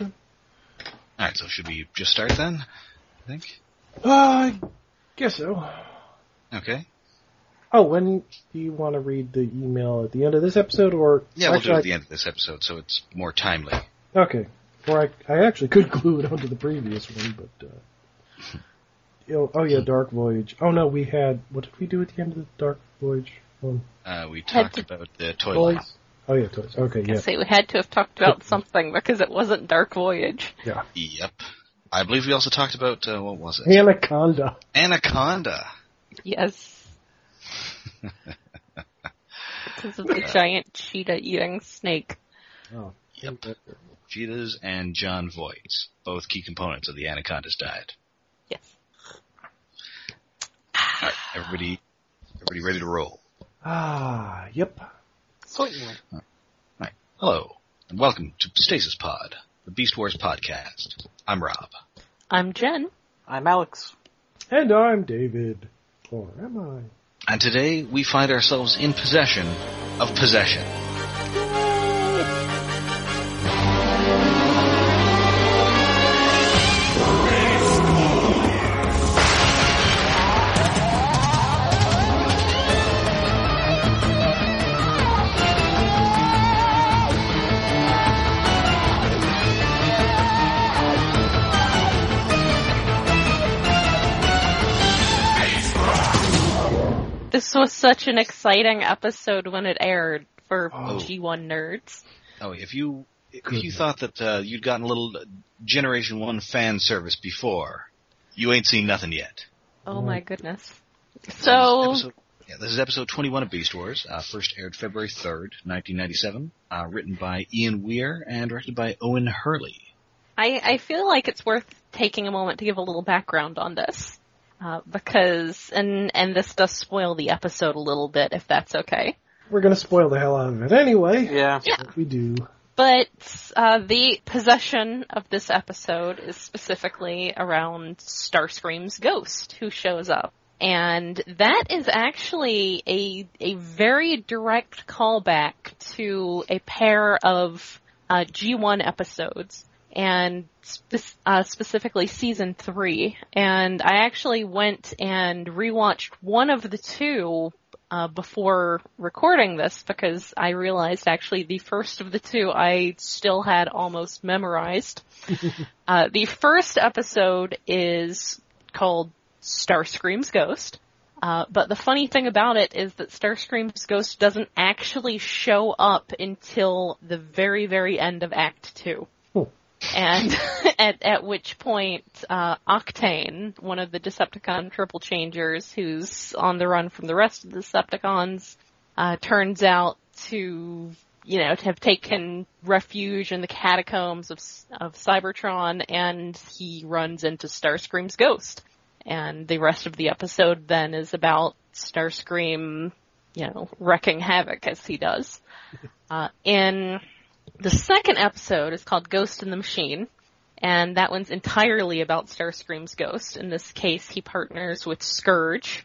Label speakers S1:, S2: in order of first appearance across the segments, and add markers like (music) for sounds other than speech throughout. S1: All right, so should we just start then? I think.
S2: I Uh, guess so.
S1: Okay.
S2: Oh, and do you want to read the email at the end of this episode, or
S1: Yeah, we'll do
S2: actually,
S1: it at the end of this episode, so it's more timely.
S2: I- Okay, or I, I actually could glue it onto the previous one, but uh,
S1: (laughs)
S2: you know, oh yeah, Dark Voyage. Oh no, we had what did we do at the end of the Dark Voyage? Um,
S1: Uh, we
S3: Had
S1: talked
S3: to-
S1: about the toy line.
S2: toys? Oh yeah, toys. Okay, yeah,
S3: So we had to have
S2: (laughs)
S3: talked about something because it wasn't Dark Voyage.
S2: yeah.
S1: Yep. I believe we also talked about uh, what was it?
S2: Anaconda.
S1: Anaconda.
S3: Yes. because of the giant cheetah eating snake.
S2: Oh,
S1: Yep. Cheetahs and John Voight, both key components of the Anaconda's diet.
S3: Yes.
S1: All right, everybody, everybody ready to roll.
S2: Ah, yep.
S3: Certainly.
S1: Hello, and welcome to Stasis Pod, the Beast Wars podcast. I'm Rob.
S3: I'm Jen.
S4: I'm Alex.
S2: And I'm David, or am I?
S1: And today we find ourselves in possession of possession.
S3: This was such an exciting episode when it aired for
S2: Oh.
S3: G1 nerds.
S1: Oh, if you if you
S2: Goodness.
S1: thought that uh, you'd gotten a little Generation One fan service before, you ain't seen nothing yet.
S3: Oh
S2: Mm.
S3: my goodness.
S1: This
S3: So,
S1: is episode- yeah, this is episode 21 of Beast Wars, uh, first aired February 3rd, 1997, uh, written by Ian Weir and directed by Owen Hurley.
S3: I, I feel like it's worth taking a moment to give a little background on this. Uh, because, and, and this does spoil the episode a little bit, if that's okay.
S2: We're gonna spoil the hell out of it anyway.
S4: Yeah.
S2: We do.
S3: But, uh, the possession of this episode is specifically around Starscream's ghost, who shows up. And that is actually a, a very direct callback to a pair of, uh, G1 episodes and spe- uh, specifically season three. And I actually went and rewatched one of the two uh, before recording this because I realized actually the first of the two I still had almost memorized. uh, the first episode is called Starscream's Ghost. Uh, but the funny thing about it is that Starscream's ghost doesn't actually show up until the very, very end of Act Two
S2: hmm,
S3: and (laughs) at at which point uh, Octane, one of the Decepticon triple changers who's on the run from the rest of the Decepticons, uh, turns out to you know to have taken refuge in the catacombs of S- of Cybertron, and he runs into Starscream's ghost. And the rest of the episode then is about Starscream, you know, wrecking havoc as he does. Uh, in the second episode is called Ghost in the Machine, and that one's entirely about Starscream's ghost. In this case, he partners with Scourge,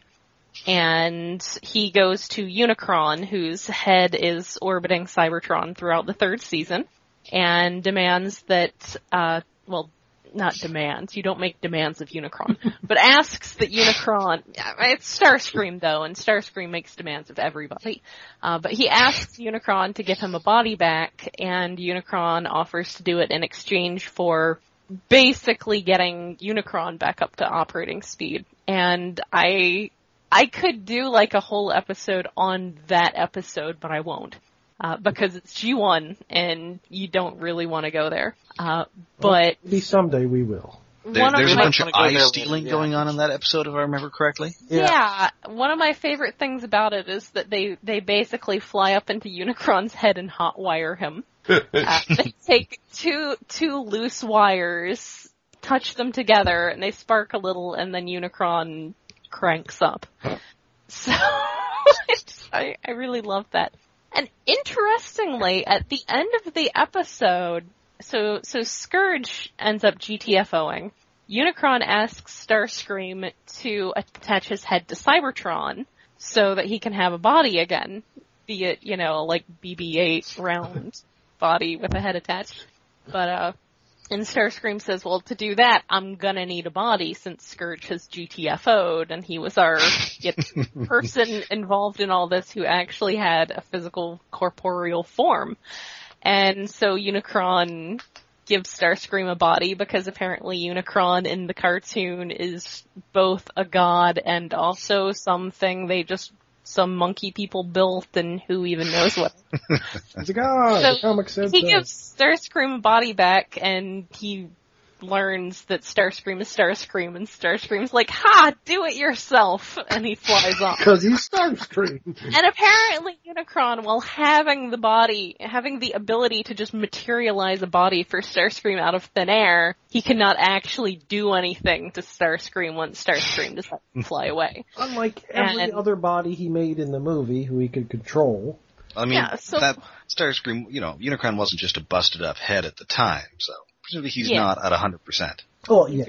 S3: and he goes to Unicron, whose head is orbiting Cybertron throughout the third season, and demands that, uh, well, not demands, you don't make demands of Unicron, but asks that Unicron, it's Starscream though, and Starscream makes demands of everybody. Uh, but he asks Unicron to give him a body back, and Unicron offers to do it in exchange for basically getting Unicron back up to operating speed. And I, I could do like a whole episode on that episode, but I won't. Uh, because it's G1 and you don't really want to go there. Uh, but
S2: Maybe someday we will.
S1: There,
S3: one of
S1: there's a
S3: my-
S1: bunch of
S4: Wanna go
S1: eye
S4: there later,
S1: stealing
S4: yeah.
S1: going on in that episode, if I remember correctly.
S3: Yeah. one of my favorite things about it is that they they basically fly up into Unicron's head and hotwire him. Uh, they take two two loose wires, touch them together, and they spark a little, and then Unicron cranks up. So (laughs) it's- I, I really love that. And interestingly, at the end of the episode, so so Scourge ends up GTFOing. Unicron asks Starscream to attach his head to Cybertron so that he can have a body again, be it, you know, like BB-8 round body with a head attached. But uh and Starscream says, Well to do that I'm gonna need a body since Scourge has GTFO'd and he was our you know, person involved in all this who actually had a physical corporeal form. And so Unicron gives Starscream a body because apparently Unicron in the cartoon is both a god and also something they just some monkey people built and who even knows what.
S2: It's a god.
S3: So
S2: the comic says
S3: he
S2: that.
S3: gives Starscream a body back and he learns that Starscream is Starscream and Starscream's like, ha, do it yourself (laughs) and he flies off.
S2: (laughs) Because he's Starscream.
S3: And apparently Unicron, while having the body, having the ability to just materialize a body for Starscream out of thin air, he cannot actually do anything to Starscream once Starscream decides to fly away.
S2: (laughs) Unlike every
S3: And-
S2: other body he made in the movie who he could control.
S1: I mean,
S3: Yeah, so-
S1: that Starscream, you know, Unicron wasn't just a busted up head at the time, so presumably he's
S3: Yeah.
S1: not at 100%.
S2: Oh, yeah.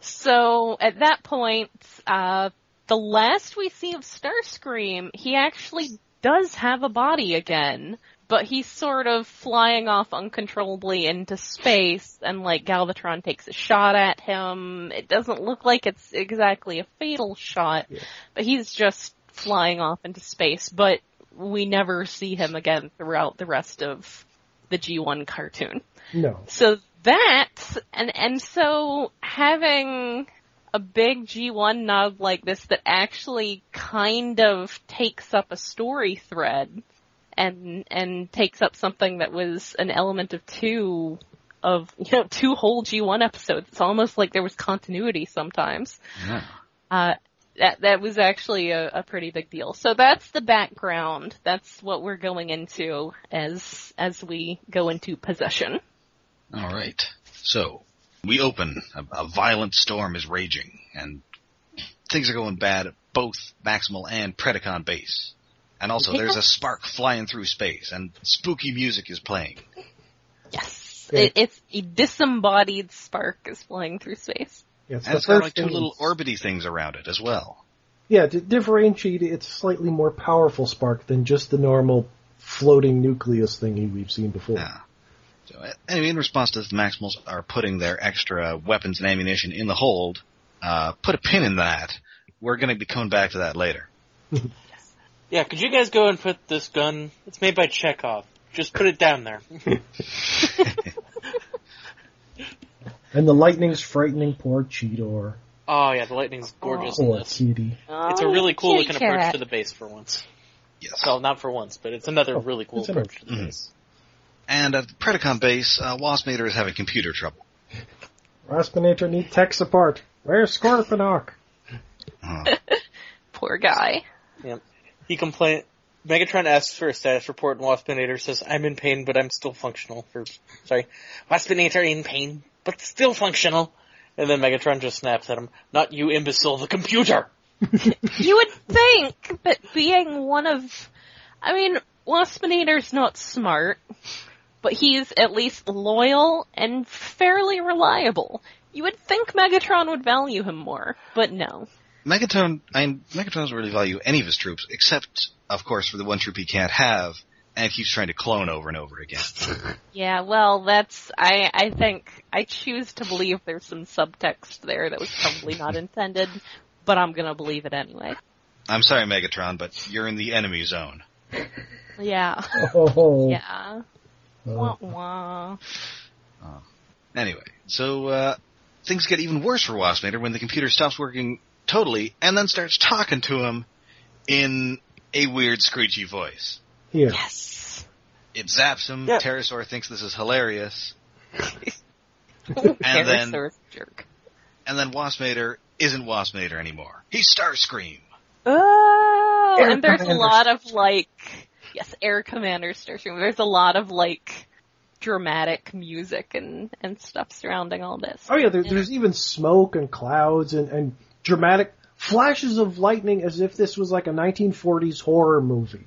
S3: So at that point, uh, the last we see of Starscream, he actually does have a body again, but he's sort of flying off uncontrollably into space and like Galvatron takes a shot at him. It doesn't look like it's exactly a fatal shot,
S2: Yeah.
S3: but he's just flying off into space, but we never see him again throughout the rest of the G1 cartoon.
S2: No.
S3: So that, and, and so having a big G1 nod like this that actually kind of takes up a story thread and, and takes up something that was an element of two of, (laughs) you know, two whole G1 episodes. It's almost like there was continuity sometimes.
S1: Yeah.
S3: Uh, that that was actually a, a pretty big deal. So that's the background. That's what we're going into as as we go into possession.
S1: All right. So we open. A, a violent storm is raging, and things are going bad at both Maximal and Predacon base. And also, there's a spark flying through space, and spooky music is playing.
S3: Yes.
S2: Yeah.
S3: It, it's a disembodied spark is flying through space.
S2: Yeah, it's
S1: And
S2: the
S1: it's got
S2: first
S1: like two
S2: thing-
S1: little orbity things around it as well.
S2: Yeah, to differentiate, it's a slightly more powerful spark than just the normal floating nucleus thingy we've seen before.
S1: Yeah. So uh, anyway, in response to this, the Maximals are putting their extra weapons and ammunition in the hold. Uh, put a pin in that. We're going to be coming back to that later.
S4: Yeah, could you guys go and put this gun? It's made by Chekhov. Just put it down there.
S2: And the lightning's frightening poor Cheetor.
S4: Oh yeah, the lightning's gorgeous in
S2: Poor
S4: this.
S2: kitty.
S4: It's a really cool looking approach to the base for once.
S1: Yes.
S4: Well, not for once, but it's another
S2: Oh,
S4: really cool
S2: it's an
S4: approach to the
S1: Mhm.
S4: base.
S1: And at the Predacon base, uh, Waspinator is having computer trouble.
S2: (laughs) Raspinator need tech support. Where's Scorponok?
S1: Uh,
S3: Poor guy.
S4: He complained. Megatron asks for a status report, and Waspinator says, "I'm in pain, but I'm still functional." Or, sorry, Waspinator in pain, but still functional. And then Megatron just snaps at him, "Not you, imbecile! The computer."
S3: You would think that being one of, I mean, Waspinator's not smart, but he's at least loyal and fairly reliable. You would think Megatron would value him more, but no.
S1: Megatron, I mean, Megatron doesn't really value any of his troops, except, of course, for the one troop he can't have, and keeps trying to clone over and over again.
S3: Yeah, well, that's, I, I think, I choose to believe there's some subtext there that was probably not intended, but I'm gonna believe it anyway.
S1: I'm sorry, Megatron, but you're in the enemy zone.
S3: Yeah.
S2: (laughs) Oh,
S3: Yeah. Wah, wah.
S1: Anyway, so uh, things get even worse for Waspinator when the computer stops working totally, and then starts talking to him in a weird, screechy voice.
S2: yeah.
S3: Yes.
S1: It zaps him.
S4: Yeah.
S1: Pterosaur thinks this is hilarious,
S3: and
S1: then-
S3: jerk.
S1: and then Waspinator isn't Waspinator anymore. He's Starscream.
S3: Oh,
S2: Air
S3: and there's a
S2: Commander.
S3: lot of like, yes, Air Commander Starstream. There's a lot of like dramatic music and and stuff surrounding all this.
S2: Oh yeah, there, there's even smoke and clouds and, and dramatic flashes of lightning as if this was like a 1940s horror movie.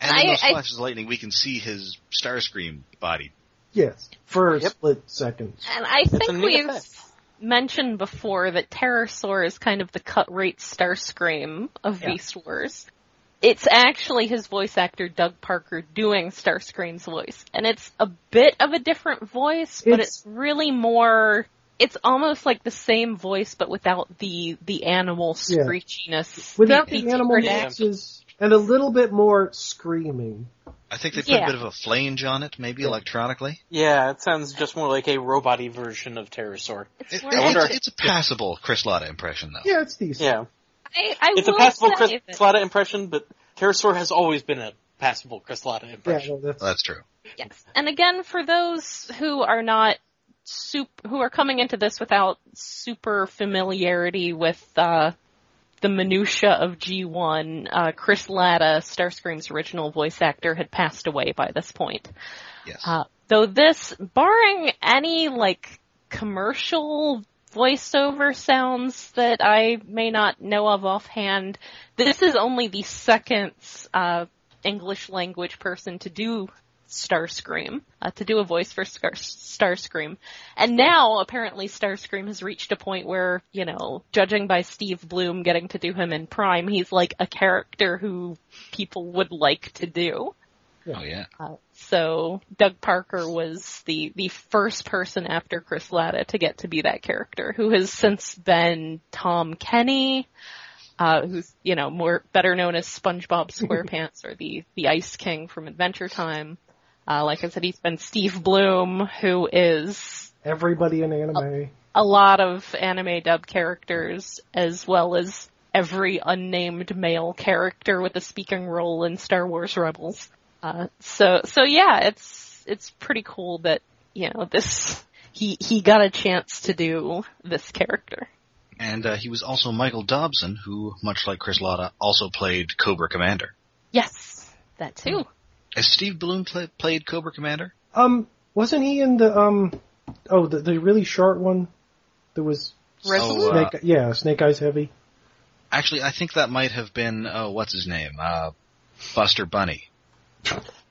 S1: And in
S3: I-
S1: those
S3: I-
S1: flashes of lightning, we can see his Starscream body.
S2: Yes, for a
S4: Yep.
S2: split second.
S3: And I
S4: a
S3: think
S4: neat
S3: we've
S4: effect.
S3: mentioned before that Pterosaur is kind of the cut rate Starscream of
S2: Yeah.
S3: Beast Wars. it's actually his voice actor Doug Parker doing Starscream's voice. And it's a bit of a different voice, but
S2: It's-
S3: it's, really more it's almost like the same voice but without the the animal
S2: Yeah.
S3: screechiness.
S2: Without the
S3: PT
S2: animal
S3: Burnett.
S2: boxes and a little bit more screaming.
S1: I think they put
S3: Yeah.
S1: a bit of a flange on it, maybe electronically.
S4: Yeah, it sounds just more like a robot version of Pterosaur.
S3: It's
S1: It-
S3: more
S1: it's-
S4: wonder-
S1: it's a passable Chris Latta impression, though.
S2: Yeah, it's decent.
S4: Yeah.
S3: I, I
S4: It's a
S3: will
S4: passable
S3: say
S4: Chris
S3: that-
S4: Latta impression, but Pterosaur has always been a passable Chris Latta
S2: Yeah, no,
S4: impression.
S2: that's,
S1: Well, that's true.
S3: Yes. And again, for those who are not sup- who are coming into this without super familiarity with uh, the minutia of G1, uh, Chris Latta, Starscream's original voice actor, had passed away by this point.
S1: Yes.
S3: Uh, though this, barring any like commercial voiceover sounds that I may not know of offhand, this is only the second uh, English language person to do Starscream, uh, to do a voice for Scar- Starscream. And now apparently Starscream has reached a point where, you know, judging by Steve Bloom getting to do him in Prime, he's like a character who people would like to do.
S1: oh yeah.
S3: Uh, so Doug Parker was the the first person after Chris Latta to get to be that character, who has since been Tom Kenny, uh, who's you know more better known as SpongeBob SquarePants or the the Ice King from Adventure Time. Uh, like I said, he's been Steve Bloom, who is
S2: everybody in anime.
S3: a lot of anime dub characters as well as every unnamed male character with a speaking role in Star Wars Rebels. Uh, so so yeah, it's it's pretty cool that you know this he he got a chance to do this character.
S1: And uh, he was also Michael Dobson, who, much like Chris Latta, also played Cobra Commander.
S3: Yes, that too.
S1: Has Steve Bloom pla played Cobra Commander?
S2: Um, wasn't he in the um? Oh, the the really short one. There was
S3: Uh.
S1: Resolute?
S2: Snake. yeah, Snake Eyes Heavy.
S1: Actually, I think that might have been oh, what's his name, uh, Buster Bunny,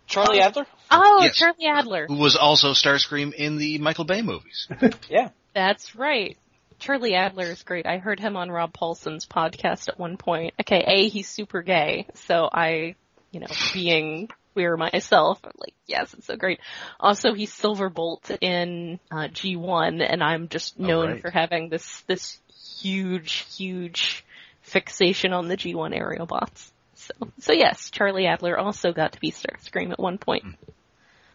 S4: Charlie Adler?
S3: Oh,
S1: Yes.
S3: Charlie Adler.
S1: who was also Starscream in the Michael Bay (laughs) movies.
S4: Yeah.
S3: That's right. Charlie Adler is great. I heard him on Rob Paulson's podcast at one point. Okay, A, he's super gay. So I, you know, being queer myself, I'm like, yes, it's so great. Also, he's Silverbolt in uh, G1 and I'm just
S1: Oh,
S3: known
S1: right.
S3: for having this, this huge, huge fixation on the G1 aerial bots. So, so yes, Charlie Adler also got to be Starscream at one point.
S1: Hmm.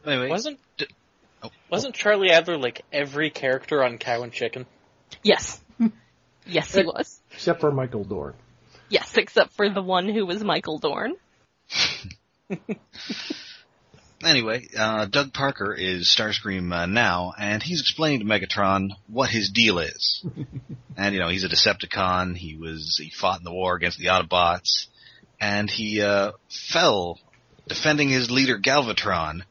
S1: Anyway,
S4: Wasn't
S1: d- oh.
S4: wasn't Charlie Adler like every character on Cow and Chicken?
S3: Yes. Yes, he was.
S2: Except for Michael Dorn.
S3: Yes, except for the one who was Michael Dorn.
S1: anyway, uh, Doug Parker is Starscream uh, now, and he's explained to Megatron what his deal is. and you know, he's a Decepticon. He was he fought in the war against the Autobots, and he uh, fell defending his leader Galvatron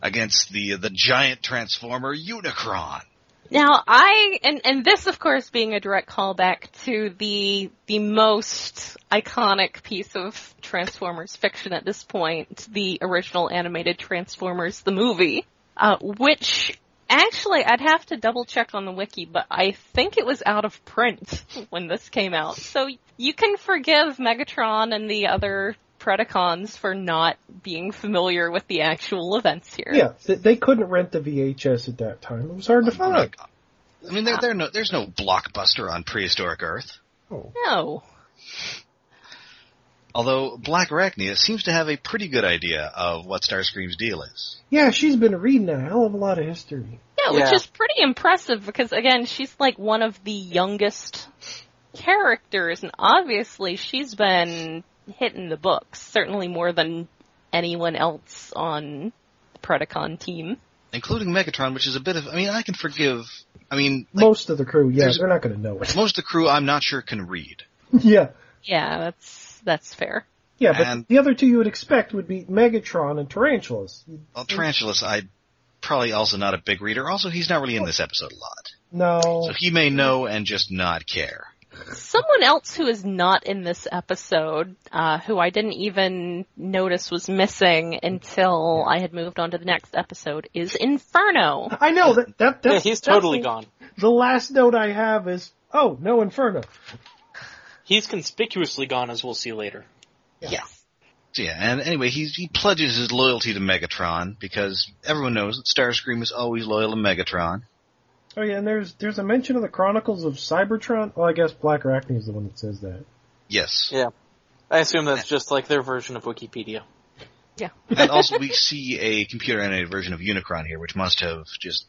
S1: against the the giant Transformer Unicron.
S3: Now I and and this of course being a direct callback to the the most iconic piece of Transformers fiction at this point, the original animated Transformers the movie, uh which actually I'd have to double check on the wiki, but I think it was out of print (laughs) when this came out. So you can forgive Megatron and the other Predacons for not being familiar with the actual events here.
S2: Yeah, th- they couldn't rent the VHS at that time. It was hard to find.
S1: I mean, there, there no, there's no blockbuster on prehistoric Earth.
S2: Oh,
S3: No.
S1: Although Black Arachnia seems to have a pretty good idea of what Starscream's deal is.
S2: yeah, she's been reading a hell of a lot of history.
S3: Yeah, which
S4: Yeah.
S3: is pretty impressive because again, she's like one of the youngest characters and obviously she's been hitting the books, certainly more than anyone else on the Predacon team.
S1: including Megatron, which is a bit of. I mean, I can forgive. I mean, like,
S2: Most of the crew, yeah,
S1: there's-
S2: they're not going to know
S4: (laughs)
S2: it.
S1: most of the crew, I'm not sure can read.
S2: yeah,
S3: Yeah, that's, that's fair.
S2: yeah, but
S1: And-
S2: the other two you would expect would be Megatron and Tarantulas.
S1: Well, Tarantulas, I probably also not a big reader. Also, he's not really in this episode a lot,
S2: No,
S1: so he may know and just not care.
S3: Someone else who is not in this episode, uh, who I didn't even notice was missing until I had moved on to the next episode is Inferno.
S2: I know that that
S4: Yeah,
S2: that's,
S4: he's
S2: that's
S4: totally
S2: the-
S4: gone.
S2: The last note I have is, oh no, Inferno.
S4: He's conspicuously gone, as we'll see later.
S3: Yes.
S1: So yeah, and anyway, he he pledges his loyalty to Megatron because everyone knows that Starscream is always loyal to Megatron.
S2: Oh yeah, and there's there's a mention of the Chronicles of Cybertron. Well, I guess Black Arachne is the one that says that.
S1: Yes,
S4: Yeah. I assume that's just like their version of Wikipedia.
S1: and also we see a computer animated version of Unicron here, which must have just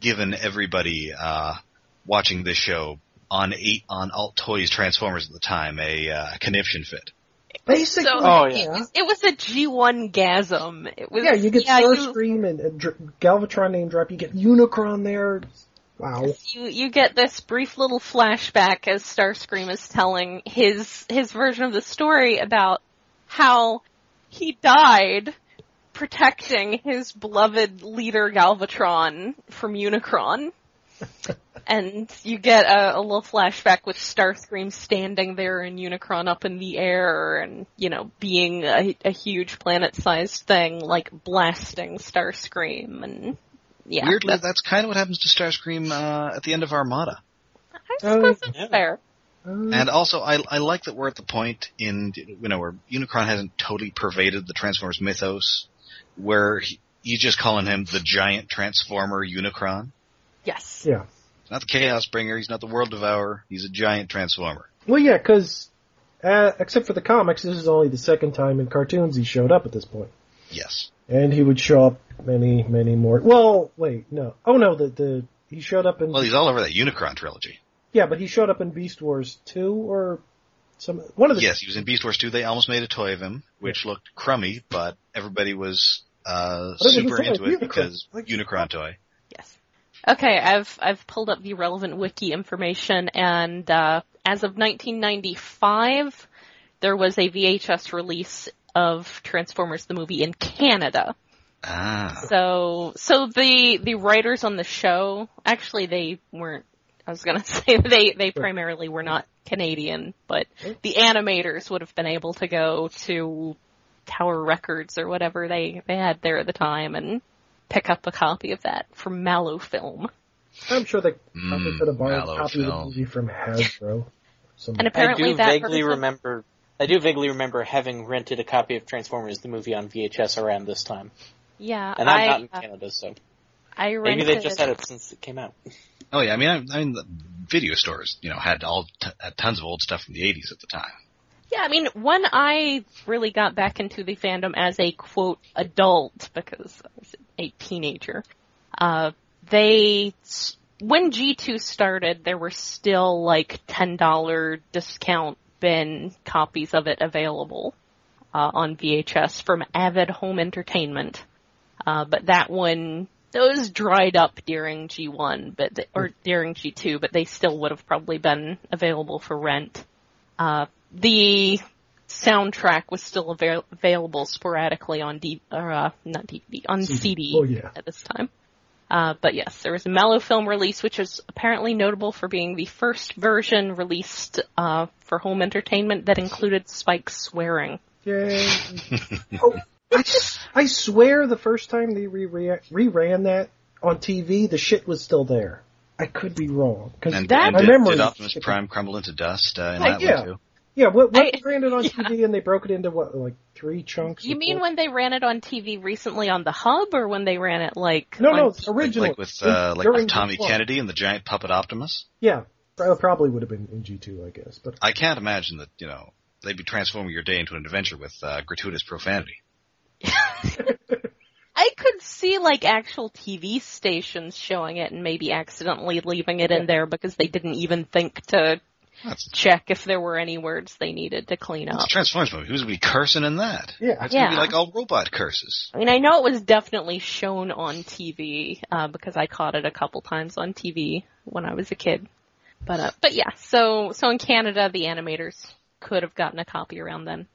S1: given everybody uh, watching this show on eight on alt toys Transformers at the time a uh, conniption fit.
S2: Basically,
S3: So
S4: Oh,
S3: it,
S4: yeah.
S3: was, it was a G1 gasm. It was
S2: yeah, you get
S3: yeah, you-
S2: Starscream and, and Dr- Galvatron name drop. You get Unicron there. Wow.
S3: you you get this brief little flashback as Starscream is telling his his version of the story about how he died protecting his beloved leader Galvatron from Unicron. and you get a, a little flashback with Starscream standing there and Unicron up in the air and, you know, being a, a huge planet-sized thing, like blasting Starscream and, yeah.
S1: Weirdly,
S3: that's-
S1: that's, kind of what happens to Starscream uh, at the end of Armada.
S3: I
S2: Oh,
S3: suppose it's
S4: yeah.
S3: fair.
S2: Uh,
S1: And also, I, I like that we're at the point in you know where Unicron hasn't totally pervaded the Transformers mythos, where he, he's just calling him the giant Transformer Unicron.
S3: Yes.
S2: yeah.
S1: He's not the Chaos Bringer. He's not the World Devourer. He's a giant Transformer.
S2: Well, yeah, because uh, except for the comics, this is only the second time in cartoons he showed up at this point.
S1: Yes,
S2: And he would show up many, many more. Well, wait, no. Oh no, the the he showed up in
S1: well, he's all over that Unicron trilogy.
S2: yeah, but he showed up in Beast Wars two or some one of the
S1: Yes, he was in Beast Wars 2. They almost made a toy of him, which looked crummy, but everybody was uh,
S2: But it was a
S1: super
S2: toy,
S1: into it
S2: Unicron.
S1: because
S2: Like-
S1: Unicron toy.
S3: Yes. Okay, I've I've pulled up the relevant wiki information, and uh, as of 1995, there was a VHS release of Transformers the movie in Canada.
S1: Ah,
S3: So so the the writers on the show actually they weren't. I was gonna (laughs) say they they primarily were not Canadian, but the animators would have been able to go to Tower Records or whatever they they had there at the time and pick up a copy of that from Mallow Film.
S2: I'm sure they probably
S1: Mm,
S2: could have borrowed
S1: Mallow
S2: a copy of the
S1: film.
S2: movie from Hasbro. Some,
S3: (laughs) And apparently
S4: I do
S3: that
S4: vaguely
S3: person-
S4: remember. I do vaguely remember having rented a copy of Transformers the movie on VHS around this time,
S3: Yeah,
S4: and I'm
S3: I
S4: not in
S3: uh,
S4: Canada, so
S3: I
S4: maybe
S3: rented
S4: they just had it since it came out.
S1: oh yeah. I mean, I, I mean, the video stores, you know, had all t- had tons of old stuff from the 80s at the time.
S3: Yeah, I mean, when I really got back into the fandom as a quote adult because I was a teenager, uh, they s- when G2 started, there were still like ten dollar discount bin copies of it available uh, on VHS from Avid Home Entertainment, uh, but that one. Those dried up during G1, but th- or during G2, but they still would have probably been available for rent. Uh, the soundtrack was still avail- available sporadically on D or uh, not DVD on CD,
S2: Oh, yeah.
S3: at this time. Uh, but yes, there was a Mellow Film release, which is apparently notable for being the first version released uh, for home entertainment that included Spike swearing.
S1: (laughs)
S2: Yay. oh, I, s- I swear the first time they re- re- reran that on TV, the shit was still there. I could be wrong. 'cause
S1: And,
S3: That-
S1: and
S2: my
S1: did,
S2: memory
S1: did
S2: is
S1: Optimus
S2: shitty.
S1: Prime crumble into dust uh, in
S2: Like,
S1: that
S2: yeah.
S1: one too?
S2: Yeah, what, what
S3: I-
S2: ran it
S3: (laughs)
S2: on TV and they broke it into what, like three chunks?
S3: You
S2: or
S3: mean
S2: four?
S3: when they ran it on TV recently on the Hub, or when they ran it like
S2: No,
S3: on
S2: no,
S3: P-
S2: it's original.
S1: Like with uh, like
S2: During
S1: with Tommy
S2: G1.
S1: Kennedy and the giant puppet Optimus.
S2: Yeah, pro- probably would have been in G2, I guess. But
S1: I can't imagine that you know they'd be transforming your day into an adventure with uh, gratuitous profanity.
S3: (laughs) I could see like actual TV stations showing it and maybe accidentally leaving it in there because they didn't even think to
S1: That's
S3: check if there were any words they needed to clean
S1: it's
S3: up.
S1: a Transformers movie. Who's gonna be cursing in that?
S2: yeah,
S1: It's gonna be
S3: Yeah.
S1: like all robot curses.
S3: I mean, I know it was definitely shown on TV uh, because I caught it a couple times on TV when I was a kid. But uh, but yeah, so so in Canada, the animators could have gotten a copy around then.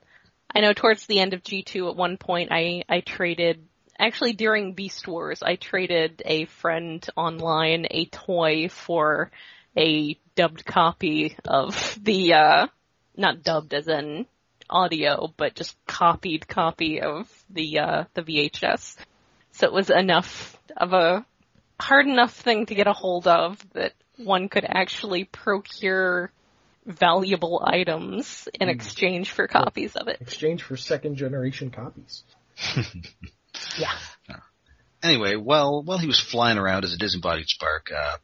S3: I know towards the end of G2, at one point, I I traded. Actually, during Beast Wars, I traded a friend online a toy for a dubbed copy of the uh not dubbed as in audio, but just copied copy of the uh, the VHS. So it was enough of a hard enough thing to get a hold of that one could actually procure valuable items in exchange for copies of it.
S5: Exchange for second generation copies.
S3: Yeah.
S1: Anyway, while while he was flying around as a disembodied spark, uh,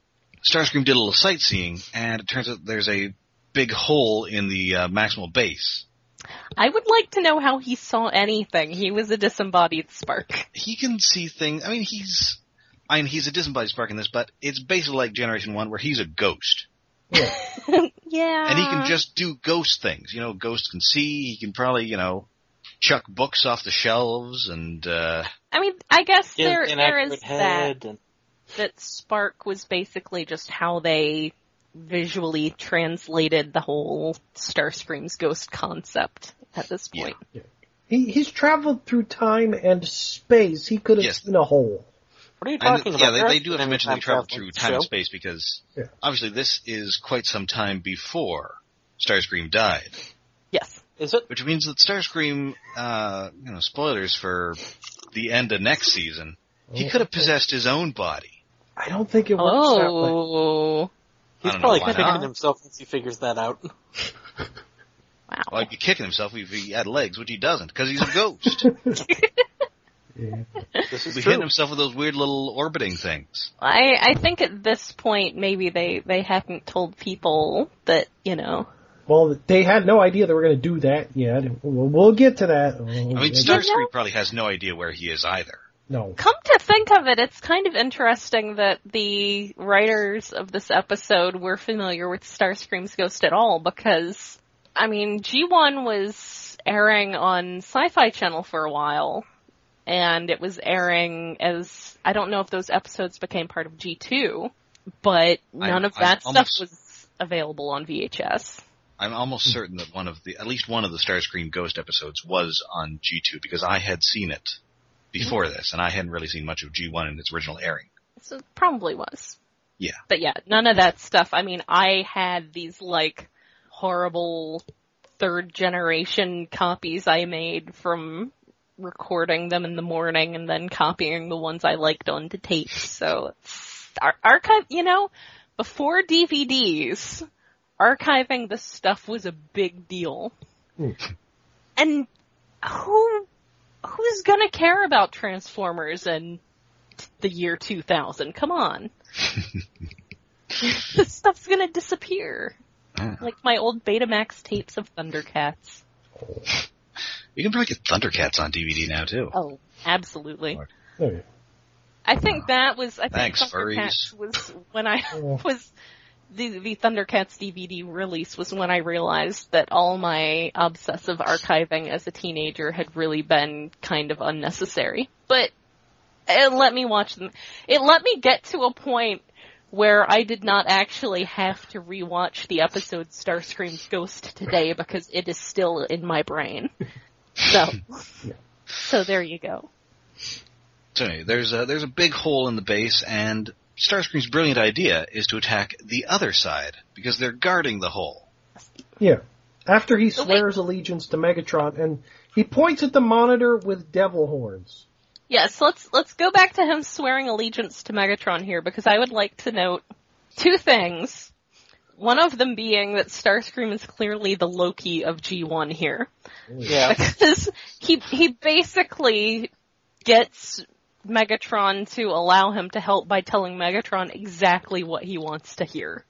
S1: Starscream did a little sightseeing, and it turns out there's a big hole in the uh, Maximal base.
S3: I would like to know how he saw anything. He was a disembodied spark.
S1: He can see things. I mean, he's I mean he's a disembodied spark in this, but it's basically like Generation One, where he's a ghost,
S3: Yeah.
S1: and he can just do ghost things. You know, ghosts can see. He can probably you know chuck books off the shelves and. uh
S3: I mean, I guess
S4: Give
S3: there there
S4: inaccurate
S3: is that.
S4: head and-
S3: that Spark was basically just how they visually translated the whole Starscream's ghost concept at this
S1: Yeah.
S3: point.
S5: He he's traveled through time and space. He could have
S1: Yes.
S5: seen a hole.
S4: What are you
S1: And,
S4: talking
S1: yeah,
S4: about?
S1: they,
S4: There
S1: they
S4: has
S1: do have
S4: been
S1: to
S4: any
S1: mention they
S4: time
S1: travel
S4: travel
S1: through
S4: in the
S1: time and
S4: show.
S1: space because
S5: Yeah.
S1: obviously this is quite some time before Starscream died,
S3: Yes.
S4: Is it?
S1: which means that Starscream, uh, you know, spoilers for the end of next season, he could have possessed his own body.
S5: I don't think it works that way.
S3: Oh.
S1: I
S4: He's
S1: don't know
S4: probably
S1: why
S4: kicking
S1: not.
S4: himself once he figures
S1: (laughs)
S4: that out.
S1: Well, he'd be kicking himself if he had legs, which he doesn't, because he's a ghost.
S2: Yeah.
S4: This
S1: He'd
S4: is
S1: be
S4: true.
S1: hitting himself with those weird little orbiting things.
S3: I, I think at this point maybe they, they hadn't told people that, you know.
S5: Well, they had no idea they were going to do that yet. We'll, we'll get to that.
S1: I mean,
S3: Star-
S1: Starscream probably has no idea where he is either.
S5: no.
S3: Come to think of it, it's kind of interesting that the writers of this episode were familiar with Starscream's Ghost at all because, I mean, G1 was airing on Sci-Fi Channel for a while and it was airing as, I don't know if those episodes became part of G2, but none of
S1: I'm
S3: that
S1: almost-
S3: stuff was available on VHS.
S1: I'm almost certain that one of the, at least one of the Starscream Ghost episodes was on G2 because I had seen it before this and I hadn't really seen much of G1 in its original airing.
S3: So it probably was.
S1: Yeah.
S3: But yeah, none of that stuff. I mean, I had these like horrible third generation copies I made from recording them in the morning and then copying the ones I liked onto tape. So it's ar- archive, you know, before DVDs, archiving this stuff was a big deal.
S2: Hmm.
S3: And who, who's gonna care about Transformers and the year 2000. Come on. this stuff's gonna disappear. Like my old Betamax tapes of Thundercats.
S1: You can probably get Thundercats on DVD now too.
S3: Oh, absolutely.
S5: There you
S3: I think that was, I think
S1: Thanks,
S3: Thundercats was when I
S5: Oh.
S3: was, the, the Thundercats DVD release was when I realized that all my obsessive archiving as a teenager had really been kind of unnecessary. But it let me watch them. It let me get to a point where I did not actually have to rewatch the episode Starscream's Ghost today because it is still in my brain. So, so there you go.
S1: So anyway, there's a, there's a big hole in the base and Starscream's brilliant idea is to attack the other side because they're guarding the hole.
S5: Yeah. After he
S3: So wait-
S5: swears allegiance to Megatron and he points at the monitor with devil horns.
S3: Yes, let's let's go back to him swearing allegiance to Megatron here because I would like to note two things. One of them being that Starscream is clearly the Loki of G1 here
S4: Yeah.
S1: (laughs)
S3: because he he basically gets Megatron to allow him to help by telling Megatron exactly what he wants to hear.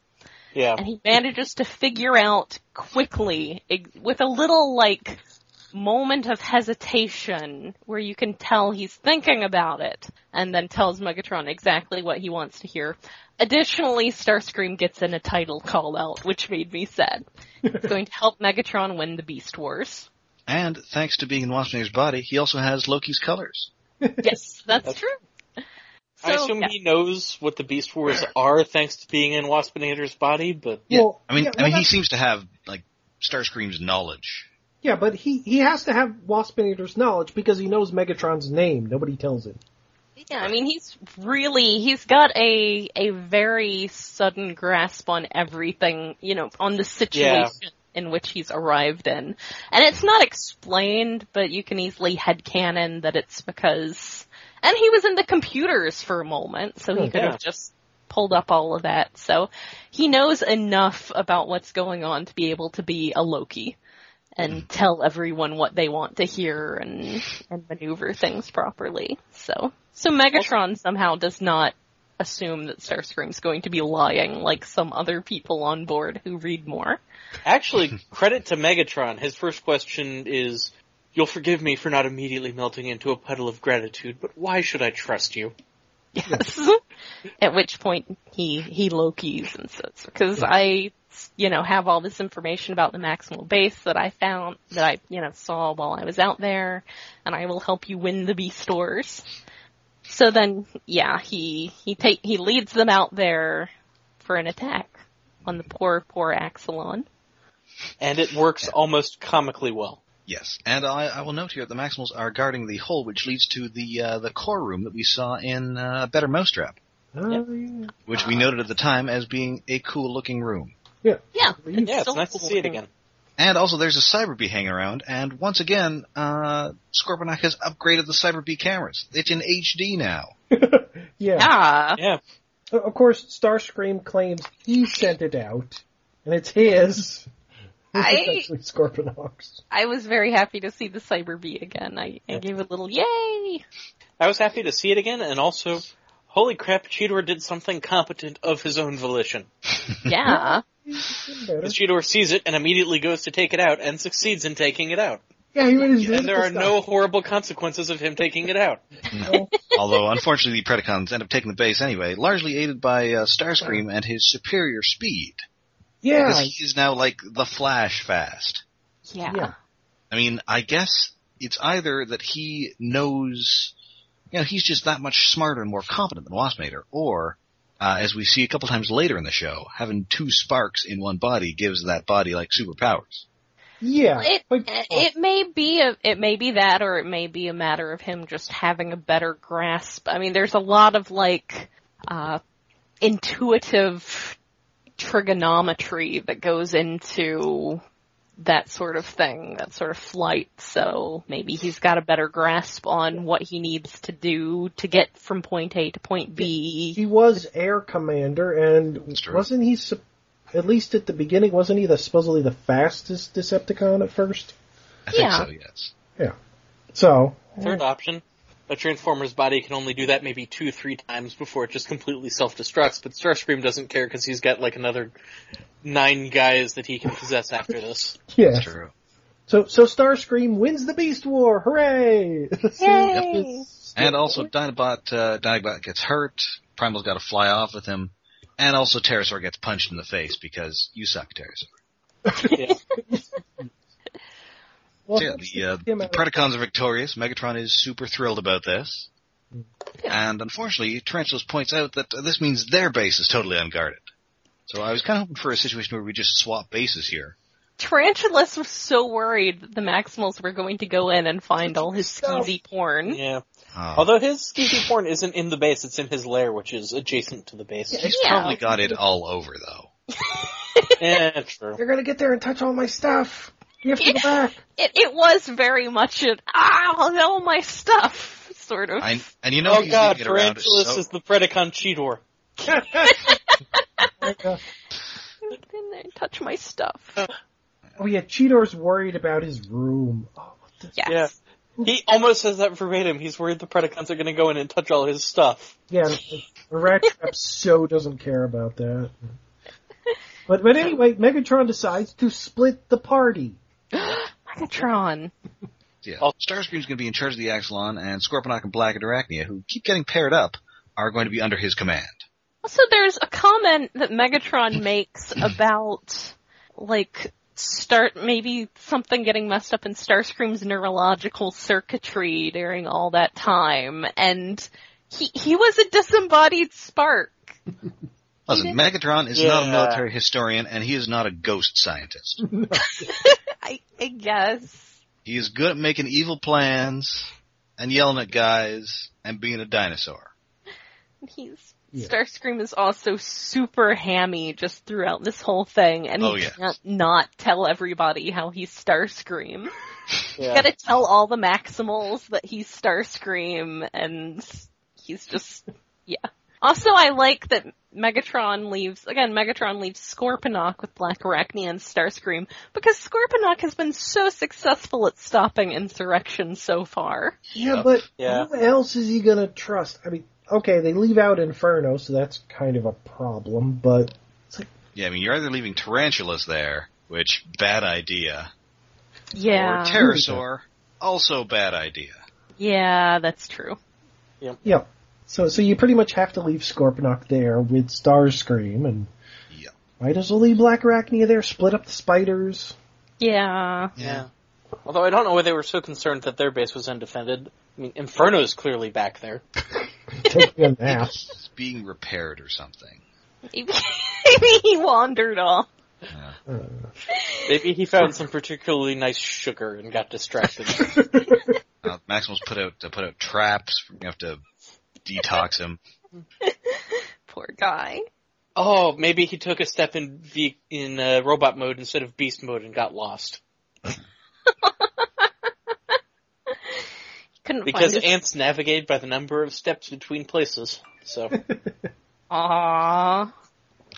S4: Yeah.
S3: And he manages to figure out quickly, ex- with a little like moment of hesitation where you can tell he's thinking about it and then tells Megatron exactly what he wants to hear. Additionally, Starscream gets in a title call out, which made me sad. It's going to help Megatron win the Beast
S4: (laughs)
S3: Wars.
S1: And thanks to being in Waspinator's body, he also has Loki's colors.
S3: Yes, that's true.
S4: I assume
S3: yeah.
S4: he knows what the Beast Wars are thanks to being in Waspinator's body, but
S1: Yeah.
S5: Well,
S1: I mean,
S5: yeah,
S1: I mean,
S5: well,
S1: he seems to have like Starscream's knowledge.
S5: Yeah, but he, he has to have Waspinator's knowledge because he knows Megatron's name. Nobody tells him.
S3: Yeah, I mean, he's really, he's got a, a very sudden grasp on everything, you know, on the situation in which he's arrived in. And it's not explained, but you can easily headcanon that it's because, and he was in the computers for a moment, so he
S5: Oh,
S3: could
S4: yeah.
S3: have just pulled up all of that. So he knows enough about what's going on to be able to be a Loki and tell everyone what they want to hear and, and maneuver things properly. So, so Megatron somehow does not assume that Starscream's going to be lying like some other people on board who read more.
S1: (laughs)
S4: Actually, credit to Megatron. His first question is, "You'll forgive me for not immediately melting into a puddle of gratitude, but why should I trust you?"
S3: Yes. (laughs) At which point he, he Loki's and says, because I, you know, have all this information about the maximal base that I found, that I, you know, saw while I was out there, and I will help you win the beast stores. So then, yeah, he, he take, he leads them out there for an attack on the poor, poor Axelon.
S4: And it works almost comically well.
S1: Yes, and I, I will note here that the Maximals are guarding the hole, which leads to the uh, the core room that we saw in uh, Better Mousetrap,
S5: Ah,
S2: Oh, yeah.
S1: which we noted at the time as being a cool looking room.
S2: Yeah.
S3: Yeah.
S4: Yeah, it's
S3: still
S4: nice to see it again.
S1: And also, there's a Cyberbee hanging around, and once again, uh, Scorponok has upgraded the Cyberbee cameras. It's in HD now.
S5: (laughs)
S2: yeah.
S3: Yeah.
S4: Yeah.
S5: Uh, Of course, Starscream claims he sent it out, and it's his.
S3: I-
S5: It's actually Scorponok's.
S3: I was very happy to see the Cyber Bee again. I, I gave a little
S4: (laughs)
S3: yay!
S4: I was happy to see it again, and also, holy crap, Cheetor did something competent of his own volition.
S3: Yeah.
S5: Better.
S4: Because Cheetor sees it and immediately goes to take it out and succeeds in taking it out.
S5: Yeah, he went his
S4: And there are
S5: stuff.
S4: no horrible consequences of him taking it out.
S1: Although, unfortunately, the Predacons end up taking the base anyway, largely aided by uh, Starscream and his superior speed.
S5: Yeah,
S1: Because he's now like the Flash fast.
S3: Yeah.
S5: Yeah.
S1: I mean, I guess it's either that he knows, you know, he's just that much smarter and more competent than Waspinator, or, uh, as we see a couple times later in the show, having two sparks in one body gives that body like superpowers.
S5: yeah.
S3: It
S5: Like,
S2: oh.
S3: it may be a it may be that or it may be a matter of him just having a better grasp. I mean, there's a lot of like uh intuitive trigonometry that goes into that sort of thing, that sort of flight. So maybe he's got a better grasp on what he needs to do to get from point A to point B.
S5: he was air commander, and
S1: true.
S5: wasn't he? sup- At least at the beginning, wasn't he the supposedly the fastest Decepticon at first?
S1: I think
S3: Yeah.
S1: so, yes.
S5: So
S4: Third option, a Transformer's body can only do that maybe two, three times before it just completely self-destructs, but Starscream doesn't care because he's got like another nine guys that he can possess after this.
S5: yeah.
S1: That's true.
S5: So so Starscream wins the Beast War. Hooray! (laughs)
S3: Yay!
S1: And uh, also Dinobot, uh, Dinobot gets hurt, Primal's gotta fly off with him, and also Pterosaur gets punched in the face because you suck, Pterosaur.
S4: Yeah.
S5: Well,
S1: So, yeah,
S5: that's
S1: the, uh,
S5: him
S1: the
S5: out.
S1: Predacons are victorious. Megatron is super thrilled about this. And unfortunately, Tarantulas points out that uh, this means their base is totally unguarded. So I was kind of hoping for a situation where we just swap bases here.
S3: Tarantulas was so worried that the Maximals were going to go in and find all his skeezy porn.
S4: yeah.
S1: Uh,
S4: Although his skeezy porn isn't in the base, it's in his lair, which is adjacent to the base.
S1: he's
S3: yeah.
S1: probably got it all over though.
S4: yeah, true.
S5: You're gonna get there and touch all my stuff. You have to go back.
S3: it, it was very much an ah, all my stuff (laughs) sort of.
S1: I, and you know
S4: Oh
S1: he's
S4: god,
S1: leaving it around.
S4: Tarantulas
S1: so-
S4: is the Predacon Cheetor.
S3: (laughs) Get in there and touch my stuff.
S5: (laughs) Oh yeah, Cheetor's worried about his room. Oh, what the?
S3: Yes.
S4: Yeah. He almost says that verbatim. He's worried the Predacons are gonna go in and touch all his stuff.
S5: Yeah, the Rat Trap so doesn't care about that. But but anyway, Megatron decides to split the party.
S3: Megatron.
S1: yeah.
S4: Oh.
S1: Starscream's going to be in charge of the Axalon, and Scorponok and Black and Arachnia, who keep getting paired up, are going to be under his command.
S3: Also, there's a comment that Megatron makes about, like, start, maybe something getting messed up in Starscream's neurological circuitry during all that time, and he, he was a disembodied spark.
S1: Listen, Megatron is not a
S4: Mm-hmm. Yeah.
S1: military historian, and he is not a ghost scientist.
S3: I, I guess.
S1: He is good at making evil plans and yelling at guys and being a dinosaur.
S3: He's
S5: Yeah.
S3: Starscream is also super hammy just throughout this whole thing, and
S1: Oh,
S3: he
S1: yeah.
S3: can't not tell everybody how he's Starscream.
S4: Yeah.
S3: Gotta tell all the Maximals that he's Starscream, and he's just yeah. Also, I like that Megatron leaves again. Megatron leaves Scorponok with Black Arachne and Starscream because Scorponok has been so successful at stopping insurrection so far.
S5: Yeah, but
S4: Yeah.
S5: who else is he gonna trust? I mean, okay, they leave out Inferno, so that's kind of a problem. But
S1: Yeah, I mean, you're either leaving tarantulas there, which bad idea,
S3: Yeah,
S1: or pterosaur, also bad idea.
S3: yeah, that's true.
S5: yeah, so so you pretty much have to leave Scorponok there with Starscream, and
S1: Yeah.
S5: might as well leave Black Arachnia there. Split up the spiders.
S3: Yeah,
S4: Yeah. Although I don't know why they were so concerned that their base was undefended. I mean, Inferno is clearly back there.
S5: (laughs) Take them out.
S1: It's being repaired or something.
S3: maybe (laughs) he wandered off.
S1: Yeah.
S5: Uh,
S4: Maybe he found some particularly nice sugar and got distracted.
S1: Uh, Maximals put out to put out traps. You have to detox him.
S3: Poor guy.
S4: oh, maybe he took a step in v- in uh, robot mode instead of beast mode and got lost
S3: Couldn't
S4: because
S3: find his-
S4: ants navigate by the number of steps between places. So
S3: Aww.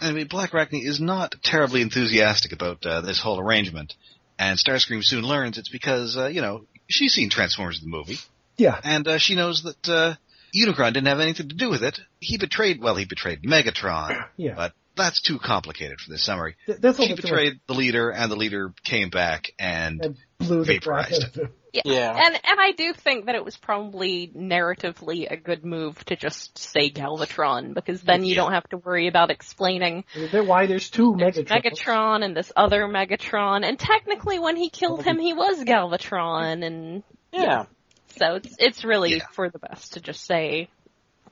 S1: I mean, Black Arachne is not terribly enthusiastic about uh, this whole arrangement, and Starscream soon learns it's because uh, you know she's seen Transformers the movie,
S5: Yeah,
S1: and uh, she knows that uh, Unicron didn't have anything to do with it. He betrayed, well, he betrayed Megatron,
S5: (clears throat) yeah.
S1: but that's too complicated for this summary.
S5: Th- that's all
S1: She
S5: that's right.
S1: betrayed the leader, and the leader came back and
S5: And blew the crap (laughs)
S1: vaporized
S5: out of him.
S4: yeah,
S3: And and I do think that it was probably narratively a good move to just say Galvatron because then you
S1: Yeah.
S3: don't have to worry about explaining
S5: That's why there's two Megatron.
S3: Megatron and this other Megatron. And technically, when he killed him, he was Galvatron, and
S4: yeah.
S3: so it's it's really
S1: Yeah.
S3: for the best to just say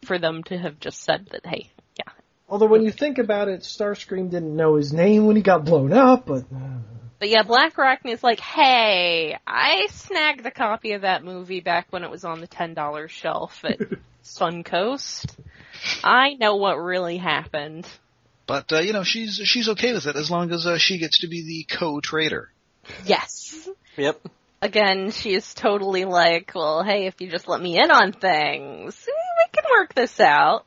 S3: for them to have just said that hey, yeah,
S5: Although when you think about it, Starscream didn't know his name when he got blown up, but
S3: But yeah, Black Arachne is like, hey, I snagged a copy of that movie back when it was on the $10 shelf at Suncoast. I know what really happened.
S1: But uh, you know, she's she's okay with it as long as uh, she gets to be the co-trader.
S3: Yes.
S4: Yep.
S3: Again, she is totally like, well, hey, if you just let me in on things, we can work this out.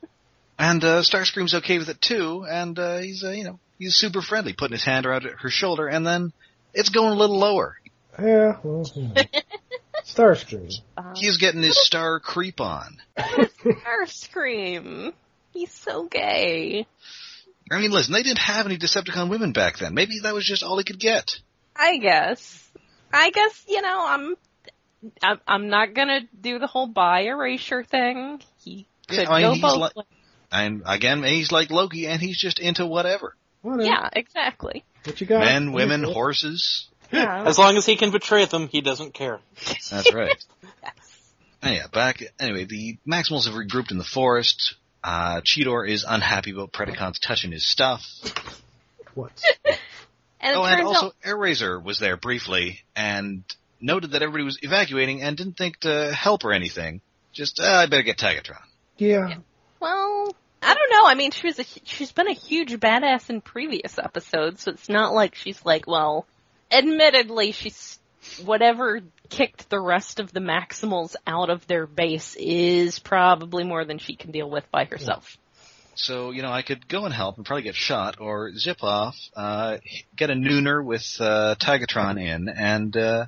S1: And uh, Starscream's okay with it too, and uh, he's uh, you know he's super friendly, putting his hand around her shoulder, and then it's going a little lower.
S5: uh, yeah, well, you
S3: (laughs)
S5: know. Starscream.
S3: Um,
S1: He's getting his star creep on.
S3: Starscream. He's so gay.
S1: I mean, listen, they didn't have any Decepticon women back then. Maybe that was just all he could get.
S3: I guess. I guess you know I'm. I'm, I'm not gonna do the whole bi erasure thing. He
S1: Yeah,
S3: could
S1: I mean,
S3: go
S1: he's
S3: both
S1: like-
S3: ways.
S1: And again, he's like Loki, and he's just into whatever.
S5: Whatever.
S3: Yeah, exactly.
S5: What you got?
S1: Men, women,
S5: What you-
S1: horses.
S3: Yeah.
S4: As long as he can betray them, he doesn't care.
S3: (laughs)
S1: That's right.
S3: Yes.
S1: Yeah, back anyway, the Maximals have regrouped in the forest. Uh Cheetor is unhappy about Predacons touching his stuff.
S5: What?
S3: And it
S1: Oh,
S3: turns
S1: and also
S3: out,
S1: Eraser was there briefly and noted that everybody was evacuating and didn't think to help or anything. Just uh, I better get Tigatron.
S5: Yeah.
S3: well, I don't know. I mean, she was a, hu- she's been a huge badass in previous episodes, so it's not like she's like, well, admittedly, she's whatever kicked the rest of the Maximals out of their base is probably more than she can deal with by herself.
S1: So you know I could go and help and probably get shot or zip off, uh, get a nooner with uh, Tigatron in, and uh,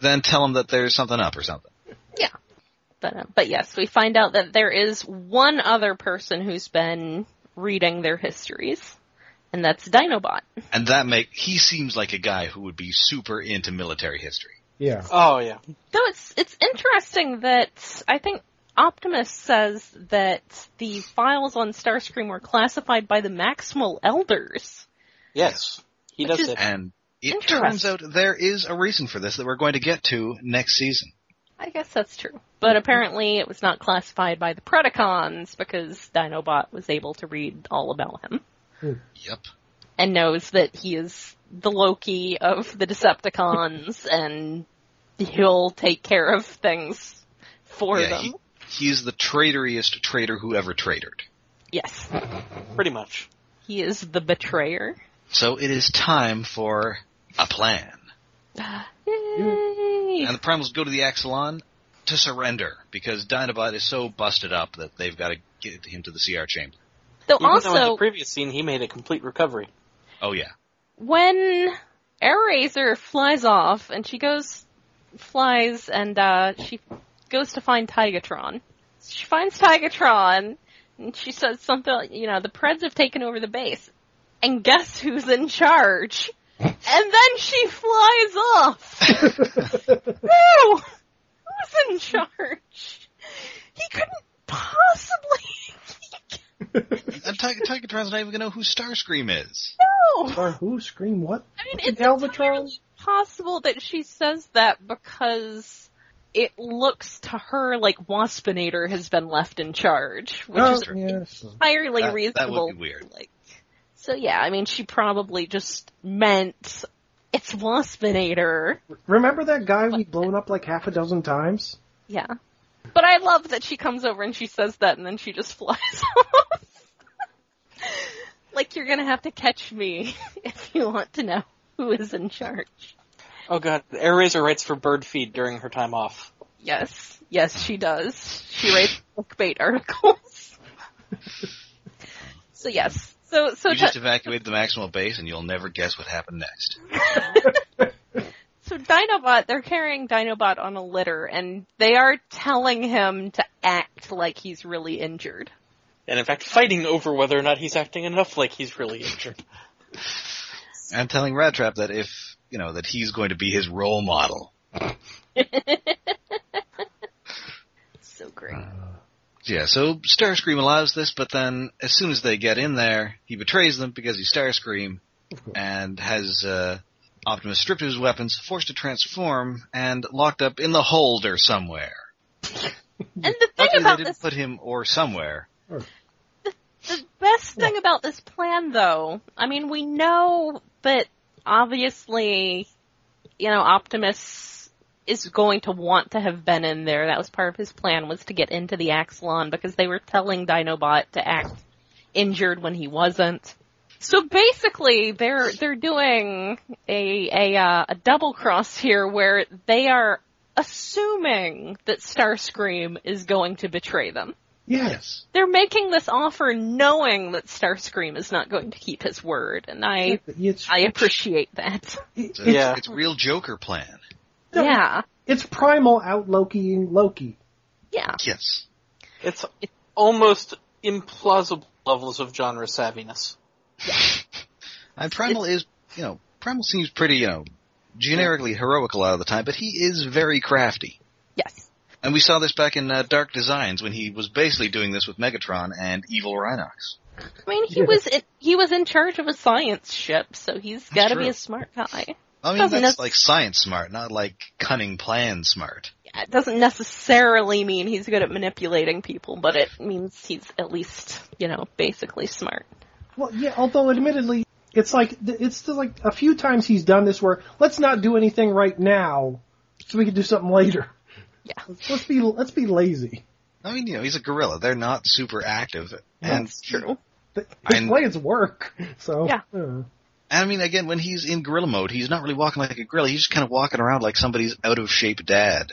S1: then tell him that there's something up or something.
S3: But uh, but yes, we find out that there is one other person who's been reading their histories, and that's Dinobot.
S1: And that make he seems like a guy who would be super into military history. (laughs)
S5: Yeah.
S4: Oh yeah.
S3: Though it's it's interesting that I think Optimus says that the files on Starscream were classified by the Maximal Elders.
S4: Yes. He
S3: Which
S4: does
S3: is-
S4: it.
S1: And it
S3: Interesting.
S1: turns out there is a reason for this that we're going to get to next season.
S3: I guess that's true. But apparently it was not classified by the Predacons because Dinobot was able to read all about him.
S1: Yep.
S3: and knows that he is the Loki of the (laughs) Decepticons and he'll take care of things for
S1: Yeah,
S3: them.
S1: he- He's the traitoriest traitor who ever traitored.
S3: Yes.
S4: Pretty much.
S3: He is the betrayer.
S1: So it is time for a plan.
S3: Yay.
S1: And the primals go to the Axalon to surrender because Dinobot is so busted up that they've got to get him to the CR chamber.
S3: Though
S4: Even though in the
S3: also,
S4: previous scene he made a complete recovery.
S1: Oh yeah.
S3: when Airazor flies off and she goes, flies and, uh, she goes to find Tigatron. She finds Tigatron and she says something, like, you know, the Preds have taken over the base. And guess who's in charge? and then she flies off! Who? Who's in charge? He couldn't (laughs) possibly
S1: And Ty- Tigatron's not even gonna know who Starscream is.
S3: know!
S2: Or who? Scream what?
S3: I mean, it's
S5: Galvatron?
S3: entirely possible that she says that because it looks to her like Waspinator has been left in charge, which
S2: Oh,
S3: is
S2: yeah, so-
S3: entirely
S1: That- that would be
S3: reasonable.
S1: weird.
S3: Like, so yeah, I mean, she probably just meant it's Waspinator.
S2: Remember that guy we blown up like half a dozen times?
S3: Yeah. But I love that she comes over and she says that and then she just (laughs) flies off. like you're gonna have to catch me (laughs) if you want to know who is in charge.
S4: Oh god, Airazor writes for bird feed during her time off.
S3: Yes, yes, she does. She writes clickbait
S1: (laughs)
S3: articles. so yes, so so
S1: You
S3: to,
S1: just evacuated the Maximal base, and you'll never guess what happened next.
S3: so Dinobot, they're carrying Dinobot on a litter, and they are telling him to act like he's really injured.
S4: And in fact fighting over whether or not he's acting enough like he's really injured.
S1: I'm telling Rattrap that if you know that he's going to be his role model.
S3: So great.
S1: Uh, Yeah, so Starscream allows this, but then as soon as they get in there, he betrays them because he's Starscream and has uh, Optimus stripped of his weapons, forced to transform, and locked up in the holder somewhere.
S3: And the thing
S1: Luckily, they
S3: about
S1: didn't
S3: this,
S1: put him or somewhere.
S3: the best thing about this plan, though, I mean, we know that obviously, you know, Optimus is going to want to have been in there. That was part of his plan was to get into the Axalon because they were telling Dinobot to act injured when he wasn't. So basically, they're they're doing a a uh, a double cross here where they are assuming that Starscream is going to betray them.
S2: Yes.
S3: They're making this offer knowing that Starscream is not going to keep his word, and I
S2: It's,
S3: I appreciate that.
S2: it's,
S1: So
S2: it's,
S4: Yeah.
S1: It's real Joker plan.
S2: No.
S3: Yeah,
S2: primal out Lokiing Loki.
S3: yeah,
S1: Yes.
S4: It's almost implausible levels of genre savviness.
S1: And Primal is, you know, Primal seems pretty, you know, generically heroic a lot of the time, but he is very crafty.
S3: yes,
S1: And we saw this back in uh, Dark Designs when he was basically doing this with Megatron and Evil Rhinox.
S3: I mean he was in, he was in charge of a science ship, so he's got to be
S1: true.
S3: a smart guy.
S1: I mean,
S3: Doesn't
S1: that's
S3: nec-
S1: like science smart, not like cunning plan smart.
S3: Yeah, it doesn't necessarily mean he's good at manipulating people, but it means he's at least you know basically smart.
S2: Well, yeah. Although, admittedly, it's like it's the, like a few times he's done this where let's not do anything right now, so we can do something later.
S3: Yeah.
S2: Let's, let's be let's be lazy.
S1: I mean, you know, he's a gorilla. They're not super active. And,
S3: That's true.
S2: But his
S1: I'm-
S2: plans work. So
S3: Yeah.
S2: uh,
S1: and I mean, again, when he's in gorilla mode, he's not really walking like a gorilla. He's just kind of walking around like somebody's out of shape
S3: (laughs)
S1: dad.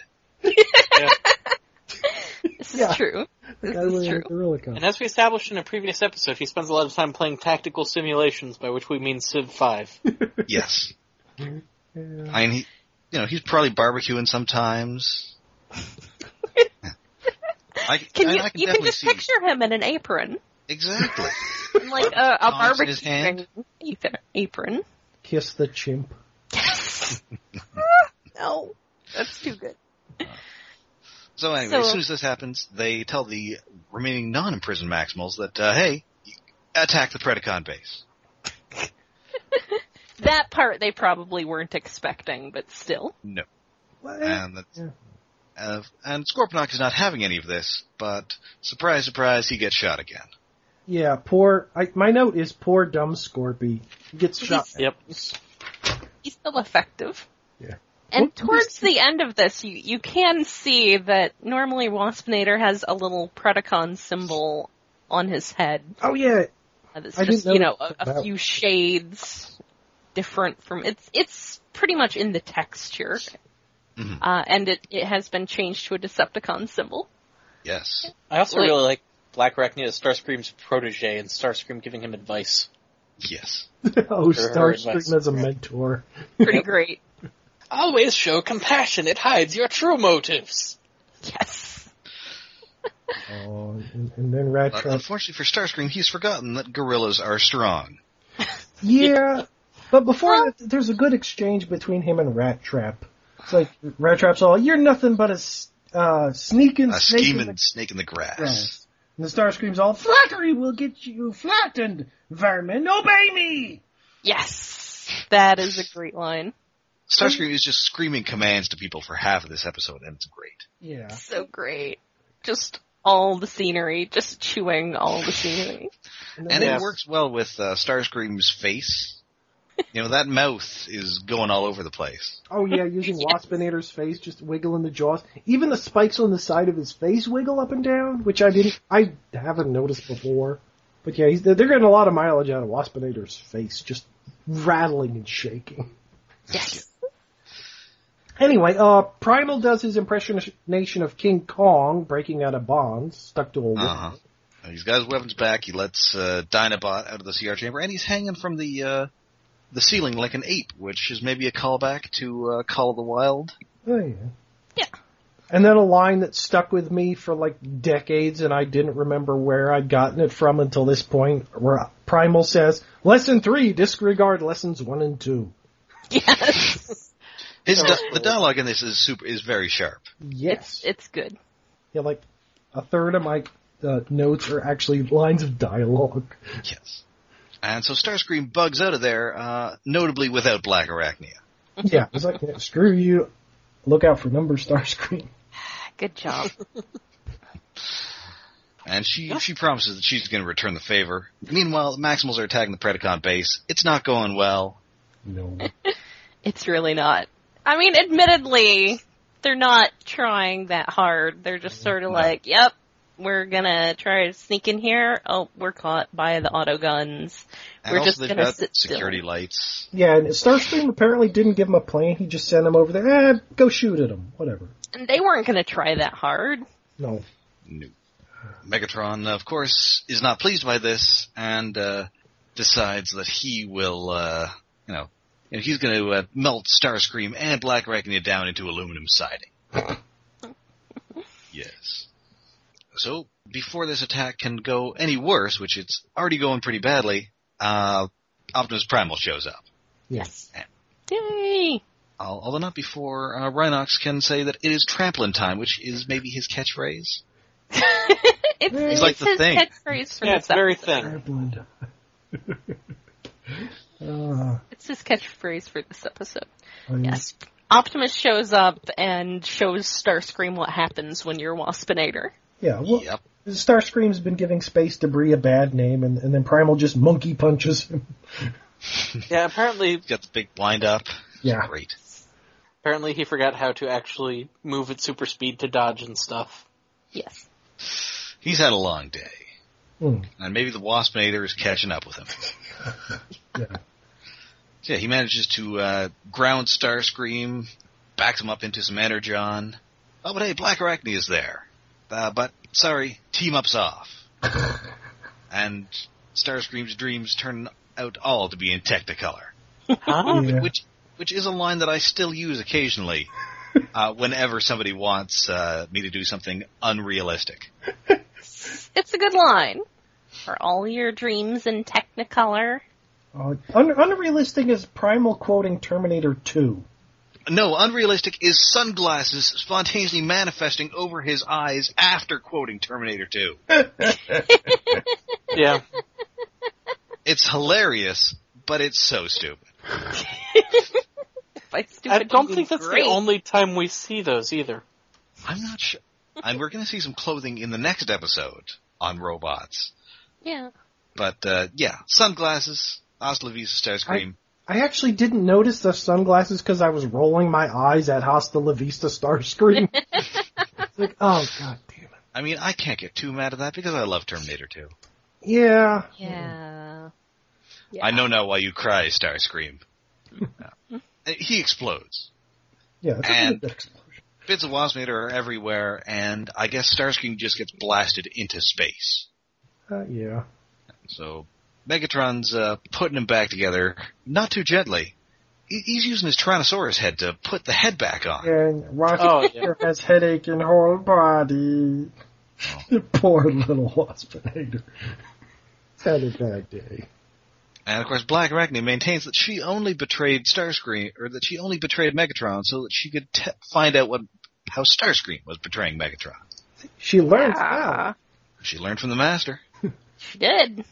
S3: This is
S2: Yeah.
S3: true. This
S2: that
S3: is
S2: really,
S3: true.
S2: that really counts.
S4: And as we established in a previous episode, he spends a lot of time playing tactical simulations, by which we mean Civ 5.
S1: Yes.
S2: Yeah.
S1: I mean, he, you know, he's probably barbecuing
S3: (laughs)
S1: sometimes. I,
S3: Can
S1: I-
S3: you
S1: I can
S3: you can
S1: definitely
S3: just
S1: see
S3: picture him in
S1: (laughs)
S3: an apron,
S1: exactly.
S3: in like a, a
S1: Tongs in his
S3: barbecue
S1: hand.
S3: apron- apron.
S2: Kiss the chimp.
S3: (laughs) no, that's too good. (laughs)
S1: So anyway, as
S3: So-
S1: soon as this happens, they tell the remaining non-imprisoned Maximals that, uh, hey, attack the Predacon base.
S3: That part they probably weren't expecting, but still.
S1: No,
S2: What?
S1: and that's,
S2: Yeah.
S1: uh, and Scorponok is not having any of this, but surprise, surprise, he gets shot again.
S2: Yeah, poor. I, my note is poor dumb Scorpy. He gets shot.
S4: Yep.
S3: He's still effective.
S2: Yeah.
S3: And
S2: What-
S3: towards the end of this, you, you can see that normally Waspinator has a little Predacon symbol on his head.
S2: Oh yeah, (laughs)
S3: It's
S2: I didn't
S3: just, you
S2: know
S3: know, a,
S2: about-
S3: a few shades different from, it's, it's pretty much in the texture.
S1: Mhm.
S2: Mm-hmm. (laughs)
S3: Uh, and it, it has been changed to a Decepticon symbol.
S1: Yes.
S4: I also
S3: Like-
S4: really like Black Arachnia is Starscream's protege, and Starscream giving him advice.
S1: Yes.
S2: oh,
S4: Sure, advice.
S2: Starscream as a mentor.
S3: Pretty great.
S4: Always show compassion. It hides your true motives.
S3: Yes.
S2: Oh, and, and then Rat
S1: Uh,
S2: Trap.
S1: unfortunately for Starscream, he's forgotten that gorillas are strong.
S5: Yeah, but before that, there's a good exchange between him and Rat Trap. It's like Rat Trap's all, "You're nothing but a s- uh, sneaking
S1: A
S5: snake in
S1: scheming
S5: the
S1: snake in the grass.
S5: grass." And the star screams all, "Flattery will get you flattened, vermin! Obey me!"
S3: Yes. That is a great line.
S1: Starscream is just screaming commands to people for half of this episode, and it's great.
S5: Yeah,
S3: So great. Just all the scenery, just chewing all the scenery.
S1: And
S4: Yeah.
S1: it works well with uh, Starscream's face. You know, that mouth is going all over the place.
S2: Oh yeah, using Waspinator's face, just wiggling the jaws. Even the spikes on the side of his face wiggle up and down, which I didn't, I haven't noticed before. But yeah, he's, they're getting a lot of mileage out of Waspinator's face, just rattling and shaking.
S3: Yes.
S2: Anyway, uh, Primal does his impressionation of King Kong breaking out of bonds, stuck to a wall.
S1: Uh huh. He's got his weapons back. He lets uh, Dinobot out of the CR chamber, and he's hanging from the uh, the ceiling like an ape, which is maybe a callback to uh, Call of the Wild.
S2: Oh, yeah.
S3: Yeah.
S2: And then a line that stuck with me for like decades and I didn't remember where I'd gotten it from until this point where Primal says, lesson three, disregard lessons one and two.
S3: Yes.
S1: His
S3: Oh,
S1: di- the dialogue in this is super is very sharp.
S2: Yes.
S3: It's good.
S2: yeah, like a third of my uh, notes are actually lines of
S3: (laughs)
S2: dialogue.
S1: Yes. And so Starscream bugs out of there, uh, notably without Black Arachnia.
S2: yeah. It's like, yeah, screw you. Look out for number star screen.
S3: Good job.
S1: And she, she promises that she's gonna return the favor. Meanwhile, the Maximals are attacking the Predacon base. It's not going well.
S2: No.
S3: (laughs) It's really not. I mean, admittedly, they're not trying that hard. They're just sort of like, yep, we're gonna try to sneak in here. Oh, we're caught by the auto guns.
S1: And
S3: We're
S1: also
S3: just
S1: they've
S3: gonna
S1: got
S3: sit still.
S1: security lights.
S2: Yeah, and Starstream apparently didn't give him a plan. He just sent him over there. Eh, go shoot at him. Whatever.
S3: And they weren't gonna try that hard.
S2: No.
S1: No. Megatron, of course, is not pleased by this and, uh, decides that he will, uh, you know, you know, he's gonna uh, melt Starscream and Black Arachnia down into aluminum
S2: (laughs)
S1: siding. yes. So, before this attack can go any worse, which it's already going pretty badly, uh, Optimus Primal shows up.
S2: Yes.
S3: Yay! (laughs)
S1: Al- Although not before uh, Rhinox can say that it is trampoline time, which is maybe his catchphrase.
S3: It's,
S1: He's
S3: it's
S1: like the
S3: his
S1: thing.
S3: catchphrase for
S4: yeah,
S3: this
S4: it's very
S3: episode.
S4: thin.
S2: Tramplined. (laughs) uh,
S3: It's his catchphrase for this episode.
S2: I mean,
S3: Yes. Optimus shows up and shows Starscream what happens when you're Waspinator.
S2: Yeah. Well,
S1: Yep.
S2: Starscream's been giving space debris a bad name, and, and then Primal just monkey punches him. (laughs)
S4: Yeah, apparently,
S1: He's got the big blind up.
S2: Yeah.
S1: Great.
S4: apparently he forgot how to actually move at super speed to dodge and stuff.
S3: Yes.
S1: He's had a long day.
S2: Hmm.
S1: And maybe the Waspinator is catching up with him.
S2: (laughs) Yeah.
S1: So yeah, he manages to uh, ground Starscream, backs him up into some Energon. Oh, but hey, Black Arachne is there. Uh, but, sorry, team
S2: (laughs)
S1: up's off. and Starscream's dreams turn out all to be in Technicolor.
S4: Huh?
S1: (laughs)
S2: Yeah.
S1: Which, which is a line that I still
S2: (laughs)
S1: use occasionally uh, whenever somebody wants uh, me to do something unrealistic.
S3: It's a good line. Are all your dreams in Technicolor?
S2: Uh, un- unrealistic is Primal quoting Terminator 2.
S1: No, unrealistic is sunglasses spontaneously manifesting over his eyes after quoting Terminator (laughs) 2.
S4: (laughs) Yeah.
S1: It's hilarious, but it's so stupid.
S3: By
S4: I
S3: stupid
S4: don't
S3: you
S4: think that's
S3: great.
S4: the only time we see those either.
S1: I'm not sure. And we're going to see some clothing in the next episode on robots.
S3: Yeah.
S1: But, uh, yeah, sunglasses, Hasta la Vista Starscream.
S2: I actually didn't notice the sunglasses because I was rolling my eyes at Hasta La Vista (laughs) Starscream. it's like, oh, god damn it.
S1: I mean, I can't get too mad at that because I love Terminator 2.
S2: Yeah.
S3: Yeah.
S1: I know now why you cry, Starscream. Uh, he explodes.
S2: Yeah. That's a
S1: And-
S2: good explanation.
S1: bits of Waspinator are everywhere, and I guess Starscream just gets blasted into space.
S2: Uh, yeah.
S1: So Megatron's uh, putting him back together, not too gently. He- He's using his Tyrannosaurus head to put the head back on.
S5: And Rocket
S4: Oh, yeah.
S5: has headache and whole body.
S2: (laughs)
S5: Poor little waspinator.
S2: It's had a bad day.
S1: And of course, Black Arachne maintains that she only betrayed Starscream, or that she only betrayed Megatron so that she could te- find out what how Starscream was betraying Megatron.
S2: She learns how.
S3: Ah,
S1: She learned from the Master,
S3: she did.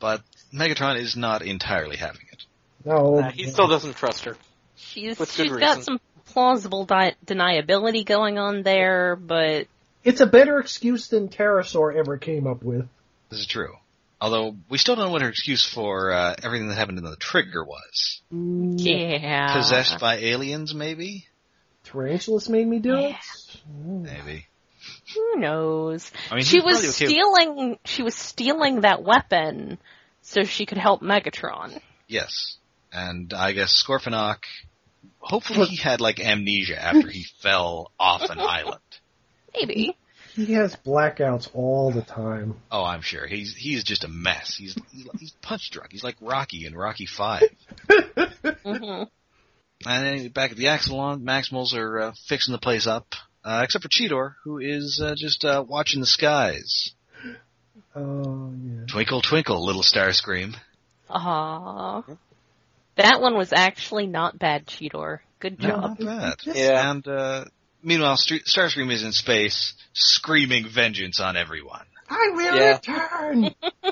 S1: but Megatron is not entirely having it.
S2: No,
S4: Uh, he still doesn't trust her.
S3: She's
S4: With good
S3: she's got
S4: reason.
S3: some plausible di- deniability going on there, but
S2: it's a better excuse than Pterosaur ever came up with.
S1: This is true. Although we still don't know what her excuse for uh, everything that happened in the trigger was.
S3: yeah,
S1: Possessed by aliens, maybe?
S2: Tarantulas made me do it. Mm,
S3: Yeah.
S1: Maybe.
S3: Who knows?
S1: I mean,
S3: she
S1: he's
S3: was
S1: probably okay with-
S3: stealing. She was stealing that weapon so she could help Megatron.
S1: Yes. And I guess Scorponok, hopefully he had like amnesia after he fell off an island. (laughs)
S3: Maybe.
S2: He has blackouts all the time. (laughs)
S1: Oh, I'm sure. He's he's just a mess. He's he's, like- he's punch drunk. He's like Rocky in Rocky Five.
S3: hmm
S1: And then back at the Axelon, Maximals are uh, fixing the place up, uh, except for Cheetor, who is uh, just uh, watching the skies.
S5: Oh, yeah.
S1: Twinkle, twinkle, little star scream.
S3: Aw. That one was actually not bad, Cheetor. Good
S1: No,
S3: job.
S1: not bad.
S4: Yeah.
S1: And uh, meanwhile, Stre- Starscream is in space, screaming vengeance on everyone.
S5: I will
S4: Yeah.
S5: return!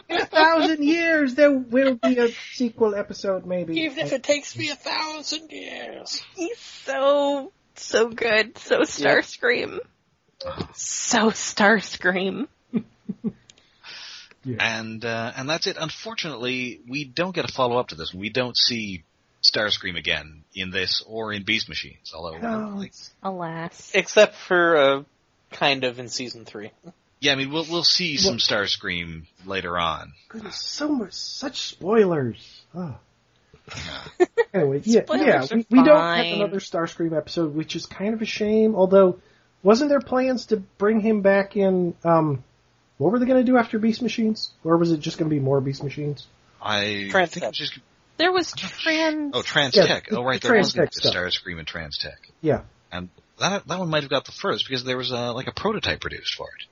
S5: In a thousand years, there will be a sequel episode, maybe.
S4: it takes me a thousand years.
S3: He's so, so good. So Starscream. So Starscream.
S1: And uh, and that's it. Unfortunately, we don't get a follow up to this. We don't see Starscream again in this or in Beast Machines. Although,
S2: Oh,
S5: No,
S1: like,
S5: it's-
S3: Alas.
S4: Except for, uh, kind of in season three.
S1: yeah, I mean, we'll we'll see some Starscream later on.
S2: Goodness, so much, such spoilers. Oh.
S1: Yeah.
S2: Anyway, yeah,
S3: Spoilers
S2: yeah,
S3: are
S2: we, we don't have
S3: fine.
S2: another Starscream episode, which is kind of a shame. Although, wasn't there plans to bring him back in? Um, what were they going to do after Beast Machines, or was it just going to be more Beast Machines?
S1: I
S4: Trans
S1: think
S4: Tech.
S1: it's just
S3: There was trans.
S1: oh Trans
S2: Yeah,
S1: Tech. Oh,
S2: the-
S1: right,
S2: the
S1: there was
S2: Trans Tech stuff.
S1: Starscream and Trans Tech.
S2: Yeah,
S1: And that that one might have got the first because there was uh like a prototype produced for it.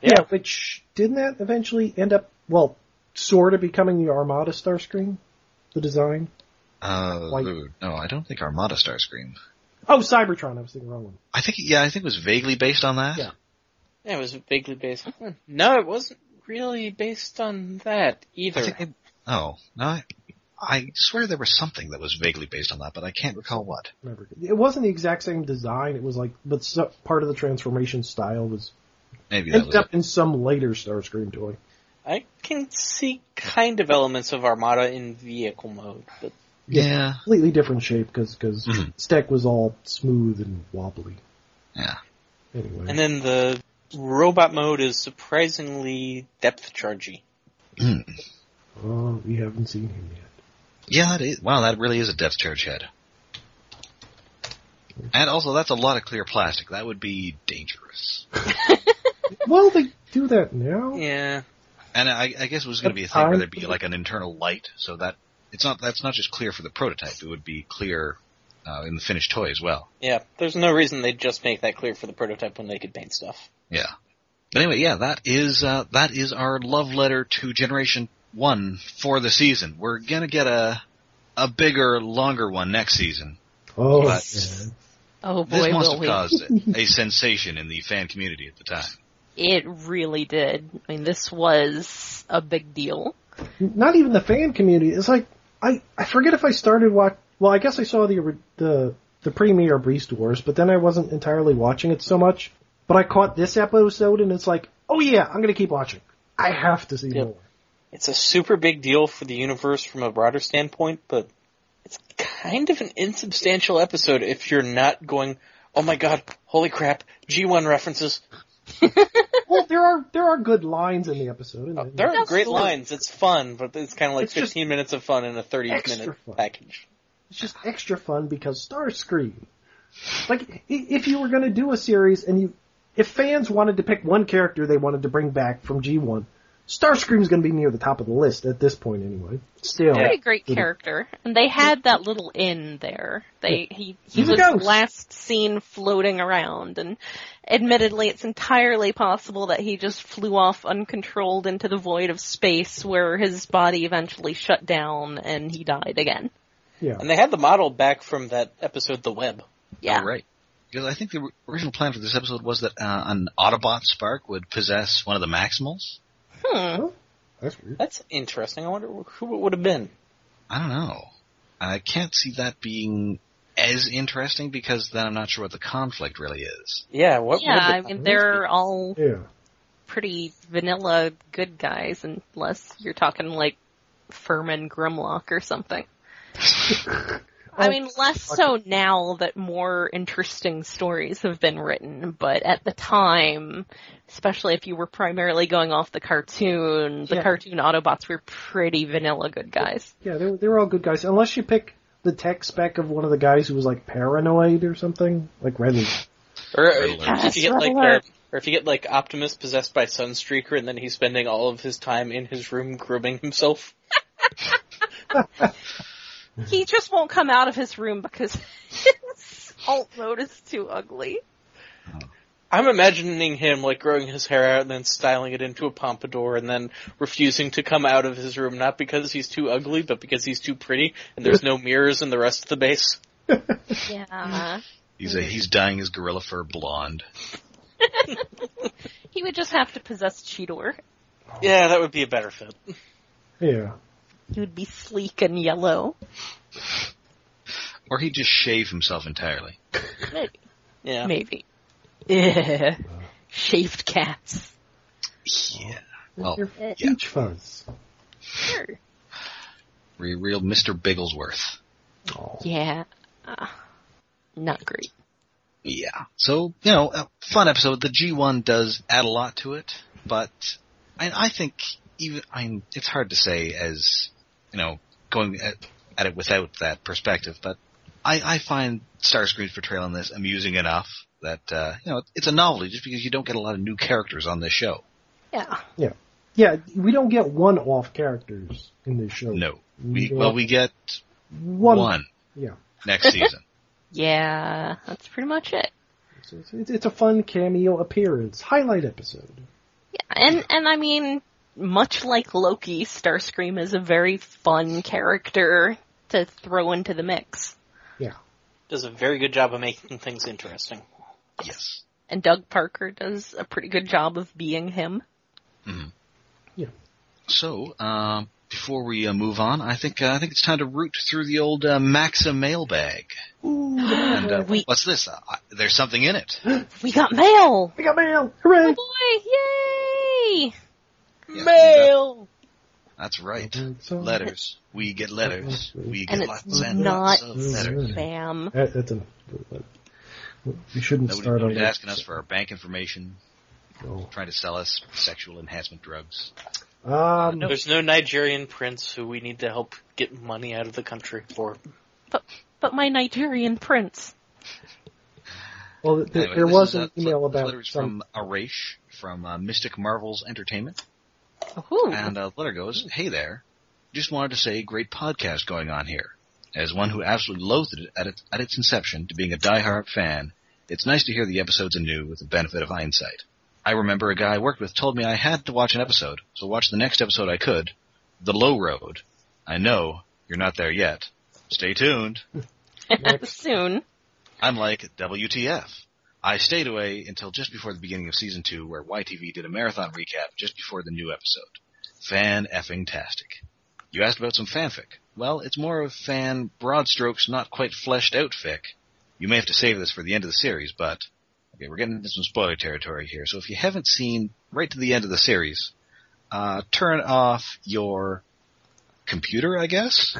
S2: yeah.
S4: Yeah.
S2: which didn't that eventually end up well, sort of becoming the Armada Starscream, the design?
S1: Uh,
S2: Like-
S1: ooh, no, I don't think Armada Starscream.
S2: Oh, Cybertron. I was thinking wrong one.
S1: I think yeah, I think it was vaguely based on that.
S2: Yeah.
S4: Yeah, it was vaguely based on. No, it wasn't really based on that
S1: I
S4: either.
S1: think they, oh no, I, I swear there was something that was vaguely based on that, but I can't recall what.
S2: Remember, it wasn't the exact same design. It was like, but so, part of the transformation style was
S1: Maybe that
S2: ended
S1: was. it.
S2: up in some later Starscream toy.
S4: I can see kind of elements of Armada in vehicle mode, but
S1: Yeah,
S2: completely different shape because
S1: Mhm.
S2: Steck was all smooth and wobbly.
S1: yeah.
S2: Anyway,
S4: and then the robot mode is surprisingly depth chargey.
S1: Hmm.
S2: oh, we haven't seen him yet.
S1: Yeah, it is. Wow, that really is a depth charge head. And also, that's a lot of clear plastic. That would be dangerous.
S2: Well, they do that now.
S4: Yeah.
S1: And I, I guess it was going to be a thing where there'd be like an internal light, so that it's not that's not just clear for the prototype. It would be clear uh, in the finished toy as well.
S4: Yeah. There's no reason they'd just make that clear for the prototype when they could paint stuff.
S1: Yeah. But anyway, yeah, that is uh, that is our love letter to Generation One for the season. We're gonna get a a bigger, longer one next season.
S2: Oh,
S1: Yes.
S2: man.
S3: Oh
S1: this
S3: boy,
S1: must
S3: will
S1: have
S3: we.
S1: caused
S3: (laughs)
S1: a, a sensation in the fan community at the time.
S3: It really did. I mean, this was a big deal.
S2: not even the fan community. It's like I I forget if I started watch. Well, I guess I saw the ori- the the premiere of Beast Wars, but then I wasn't entirely watching it so much. But I caught this episode, and it's like, oh yeah, I'm gonna keep watching. I have to see
S4: Yep.
S2: more.
S4: It's a super big deal for the universe from a broader standpoint, but it's kind of an insubstantial episode if you're not going, oh my god, holy crap, G1 references.
S2: Mm-hmm. well, there are there are good lines in the episode. And
S4: Uh, There are great
S3: Absolutely.
S4: lines. It's fun, but it's kind of like
S2: It's just
S4: 15 minutes of fun in a 30
S2: extra
S4: minute
S2: fun.
S4: package.
S2: It's just extra fun because Starscream. Like i- if you were going to do a series and you, if fans wanted to pick one character they wanted to bring back from G1, Starscream's going to be near the top of the list at this point anyway. Still,
S3: Pretty great character, and they had that little inn there. They he he
S2: He's a
S3: was
S2: ghost.
S3: last seen floating around, and admittedly, it's entirely possible that he just flew off uncontrolled into the void of space, where his body eventually shut down and he died again.
S2: yeah.
S4: And they had the model back from that episode, The Web.
S3: Yeah,
S1: Oh, right. Because I think the original plan for this episode was that uh, an Autobot Spark would possess one of the Maximals.
S3: Hmm.
S2: That's weird.
S4: That's interesting. I wonder who it would have been.
S1: I don't know. I can't see that being as interesting because then I'm not sure what the conflict really is.
S4: Yeah, what
S3: yeah. I
S4: would the
S3: mean, they're all
S2: Yeah.
S3: pretty vanilla good guys, unless you're talking like Furman Grimlock or something.
S2: Oh,
S3: I mean, less so now that more interesting stories have been written, but at the time, especially if you were primarily going off the cartoon, the
S2: Yeah.
S3: cartoon Autobots were pretty vanilla good guys.
S2: (laughs) Yeah, they were, they were all good guys, unless you pick the tech spec of one of the guys who was like paranoid or something, like Redley.
S4: Or
S1: Red
S4: uh, if you get
S3: alert.
S4: like the, or if you get like Optimus possessed by Sunstreaker and then he's spending all of his time in his room grooming himself.
S3: He just won't come out of his room because (laughs) his alt mode is too ugly.
S4: I'm imagining him like growing his hair out and then styling it into a pompadour and then refusing to come out of his room not because he's too ugly but because he's too pretty and there's no mirrors in the rest of the base.
S3: Yeah.
S1: He's a,
S3: Hmm.
S1: he's dyeing his gorilla fur blonde.
S3: He would just have to possess Cheetor.
S4: Yeah, that would be a better fit.
S2: Yeah.
S3: He would be sleek and yellow.
S1: Or he'd just shave himself entirely.
S3: Maybe.
S4: Yeah.
S3: Maybe. Yeah. (laughs) Shaved cats.
S1: Yeah. Well,
S2: Your
S3: Yeah.
S2: peach fuzz.
S3: Sure.
S1: re- real Mr. Bigglesworth.
S2: Oh.
S3: Yeah. Ah, not great.
S1: Yeah. So, you know, a fun episode. The G1 does add a lot to it, but I, I think even, I mean, it's hard to say as, you know, going at, at it without that perspective, but I, I find Starscream's portrayal in this amusing enough that, uh, you know, it's a novelty just because you don't get a lot of new characters on this show.
S3: Yeah.
S2: Yeah, we don't get one off characters in this show.
S1: No. We,
S2: Yeah.
S1: well, we get
S2: One.
S1: one,
S2: Yeah.
S1: next (laughs) season.
S3: Yeah. That's pretty much it.
S2: So it's, it's, it's a fun cameo appearance. Highlight episode.
S3: And and I mean, much like Loki, Starscream is a very fun character to throw into the mix.
S2: Yeah.
S4: Does a very good job of making things interesting.
S1: yes.
S3: And Doug Parker does a pretty good job of being him.
S1: So, um, before we uh, move on, I think uh, I think it's time to root through the old uh, Maxim mailbag. And uh,
S3: Uh-huh. we
S1: what's this? Uh, I- there's something in it.
S3: we got mail.
S2: We got mail! Hooray!
S3: Oh boy! Yay!
S1: Yeah, That's right.
S2: So-
S1: Letters. We get letters. We get
S3: And
S1: lots
S3: it's
S1: and
S3: not
S1: lots of letters.
S3: spam.
S2: That, that's enough. We shouldn't
S1: Nobody,
S2: start
S1: nobody's
S2: on
S1: asking us for our bank information,
S2: No.
S1: trying to sell us sexual enhancement drugs.
S2: Um,
S4: There's no Nigerian prince who we need to help get money out of the country for.
S3: But my Nigerian prince.
S2: Well, th-
S1: Anyway,
S2: there
S1: this
S2: was
S1: is, uh,
S2: an email
S1: this
S2: about
S1: letter is
S2: some-
S1: from Arash from uh, Mystic Marvels Entertainment.
S3: Ooh.
S1: And uh, the letter goes, "Hey there, just wanted to say, great podcast going on here. As one who absolutely loathed it at its, at its inception to being a diehard fan, it's nice to hear the episodes anew with the benefit of hindsight. I remember a guy I worked with told me I had to watch an episode, so watch the next episode I could, The Low Road. I know you're not there yet. Stay tuned.
S3: (laughs) Soon.
S1: I'm like, WTF. I stayed away until just before the beginning of season two, where YTV did a marathon recap just before the new episode. Fan effing tastic. You asked about some fanfic. Well, it's more of fan broad strokes, not quite fleshed out fic. You may have to save this for the end of the series, but okay, we're getting into some spoiler territory here. So if you haven't seen right to the end of the series, uh, turn off your computer, I guess.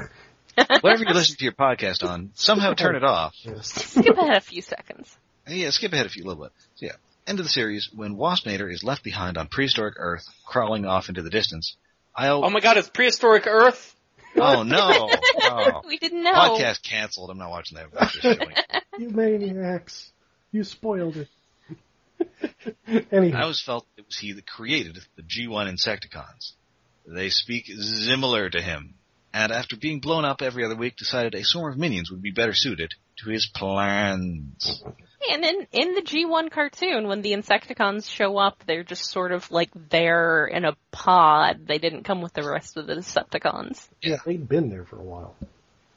S1: Whatever you listen to your podcast on, somehow turn it off.
S2: Yes.
S3: Skip ahead a few seconds.
S1: Yeah, skip ahead a few, little bit. So, yeah, end of the series when Waspinator is left behind on prehistoric Earth, crawling off into the distance. I
S4: Oh
S1: oh,
S4: my god, it's prehistoric Earth!
S1: oh no, Oh.
S3: We didn't know.
S1: podcast canceled. I'm not watching that. I'm just showing.
S2: You maniacs. You spoiled it. (laughs) Anyhow.
S1: I always felt it was he that created the G1 Insecticons. They speak similar to him, and after being blown up every other week, decided a swarm of minions would be better suited to his plans.
S3: And in, in the G1 cartoon, when the Insecticons show up, they're just sort of like there in a pod. They didn't come with the rest of the Decepticons.
S2: Yeah, they'd been there for a while.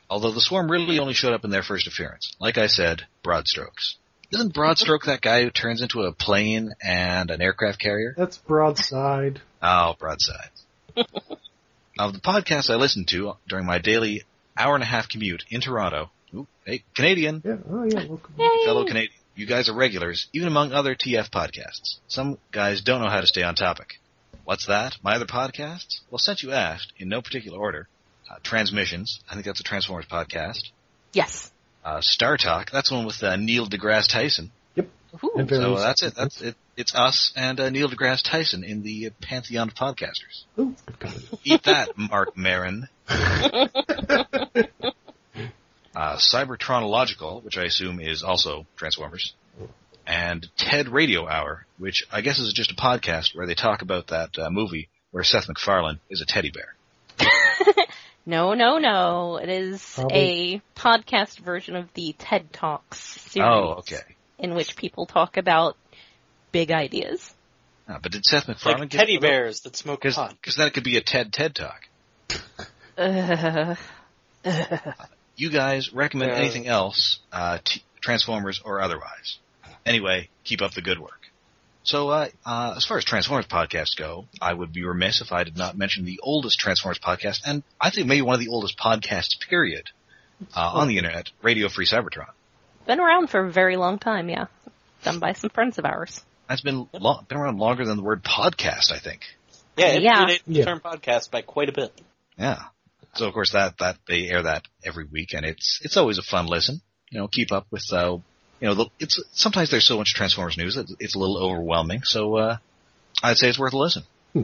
S1: Although the swarm really only showed up in their first appearance. Like I said, broad strokes. Isn't Broadstroke that guy who turns into a plane and an aircraft carrier?
S2: That's broadside.
S1: Oh, broadside. (laughs) of the podcasts I listen to during my daily hour and a half commute in Toronto, ooh, hey, Canadian,
S2: Yeah, oh yeah, welcome.
S1: fellow Canadian, you guys are regulars, even among other TF podcasts. Some guys don't know how to stay on topic. What's that? My other podcasts? Well, since you asked, in no particular order, uh, Transmissions, I think that's a Transformers podcast.
S3: Yes.
S1: Uh, Star Talk, that's one with uh, Neil deGrasse Tyson.
S3: Ooh.
S2: And
S1: So
S2: various-
S1: that's it. That's it. It's us and uh, Neil deGrasse Tyson in the uh, pantheon of podcasters.
S2: Ooh, good God.
S1: Eat that, Mark Marin. uh, Cybertronological, which I assume is also Transformers, and TED Radio Hour, which I guess is just a podcast where they talk about that uh, movie where Seth MacFarlane is a teddy bear.
S3: No, no, no. It is
S2: Probably-
S3: a podcast version of the TED Talks series.
S1: Oh, okay.
S3: In which people talk about big
S1: (laughs)
S3: ideas.
S1: Ah, but did Seth
S4: It's like
S1: MacFarlane get (laughs)
S4: teddy bears that smoke pot.
S1: Because then it could be a TED TED Talk.
S3: Uh,
S1: you guys recommend
S4: Yeah.
S1: anything else, uh, t- Transformers or otherwise. Anyway, keep up the good work. So, uh, uh, as far as Transformers podcasts go, I would be remiss if I did not mention the oldest Transformers podcast, and I think maybe one of the oldest podcasts, period, uh, on the internet, Radio Free Cybertron.
S3: been around for a very long time, yeah. Done by some friends of ours.
S1: That's been lo- been around longer than the word podcast, I think.
S4: Yeah, it
S3: Yeah.
S4: predates the
S2: Yeah.
S4: term podcast by quite a bit.
S1: Yeah. So of course that that they air that every week, and it's it's always a fun listen. You know, keep up with uh, you know, the, it's sometimes there's so much Transformers news that it's a little overwhelming. So uh, I'd say it's worth a listen. Uh,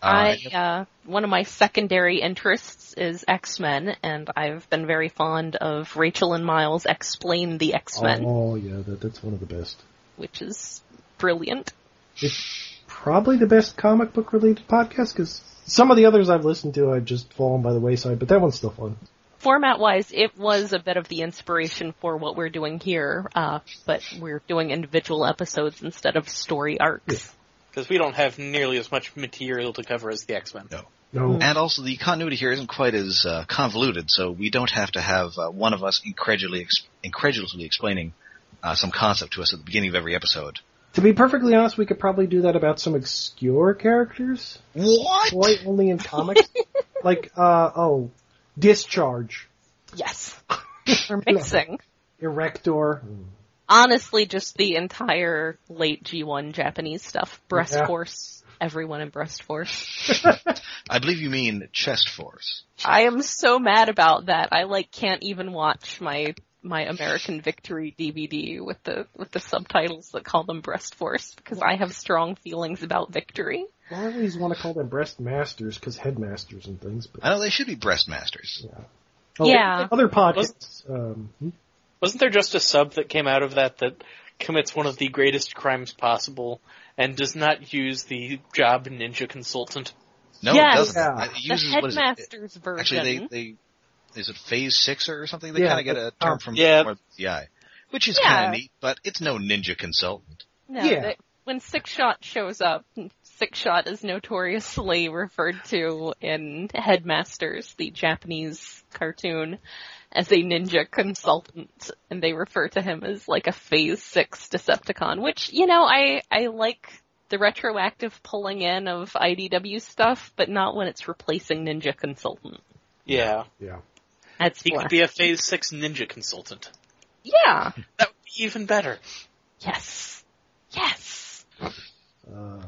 S3: I, uh, one of my secondary interests is X-Men, and I've been very fond of Rachel and Miles explain the X-Men,
S2: Oh yeah, that, that's one of the best.
S3: which is brilliant.
S2: Probably the best comic book related podcast because some of the others I've listened to I've just fallen by the wayside, but that one's still fun.
S3: Format wise, it was a bit of the inspiration for what we're doing here, uh, but we're doing individual episodes instead of story arcs.
S4: Because we don't have nearly as much material to cover as the X-Men.
S1: No.
S2: No,
S1: and also the continuity here isn't quite as uh, convoluted, so we don't have to have uh, one of us incredulously ex- incredulously explaining uh, some concept to us at the beginning of every episode.
S2: to be perfectly honest, we could probably do that about some obscure characters.
S1: What?
S2: Boy, only in comics. like, uh, oh, Discharge, (laughs)
S3: Yes. we're mixing.
S2: Erector,
S3: Honestly, just the entire late G1 Japanese stuff. Breast
S2: Yeah.
S3: Force. Everyone in Breast Force.
S1: I believe you mean chest force.
S3: I am so mad about that. I like can't even watch my my American Victory DVD with the with the subtitles that call them Breast Force because I have strong feelings about Victory.
S2: I always want to call them breast masters because headmasters and things. But
S1: I know they should be breastmasters.
S2: Oh,
S3: Yeah.
S2: other podcasts. Um,
S4: Wasn't there just a sub that came out of that that commits one of the greatest crimes possible and does not use the job ninja consultant?
S1: No,
S3: Yes.
S1: it doesn't.
S2: Yeah.
S1: It
S3: The
S1: uses, what is it?
S3: headmaster's version.
S1: Actually, they they is it phase six or something? They
S2: Yeah,
S1: kind of get a
S2: that's-
S1: term from
S4: Yeah.
S1: from the eye, which is
S3: Yeah.
S1: kind of neat. But it's no ninja consultant.
S3: No,
S2: Yeah.
S3: that- when Six Shot shows up, Six Shot is notoriously (laughs) referred to in Headmasters, the Japanese cartoon, as a ninja consultant, and they refer to him as like a Phase Six Decepticon, which you know I I like the retroactive pulling in of IDW stuff, but not when it's replacing ninja consultant.
S4: Yeah.
S2: yeah.
S3: That's
S4: He
S3: black.
S4: could be a phase six ninja consultant. (laughs)
S3: yeah.
S4: That would be even better.
S3: Yes. Yes.
S2: Uh,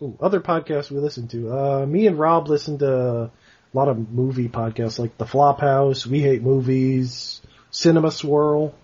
S2: ooh, other podcasts we listen to. Uh, me and Rob listen to a lot of movie podcasts like The Flophouse, We Hate Movies, Cinema Swirl.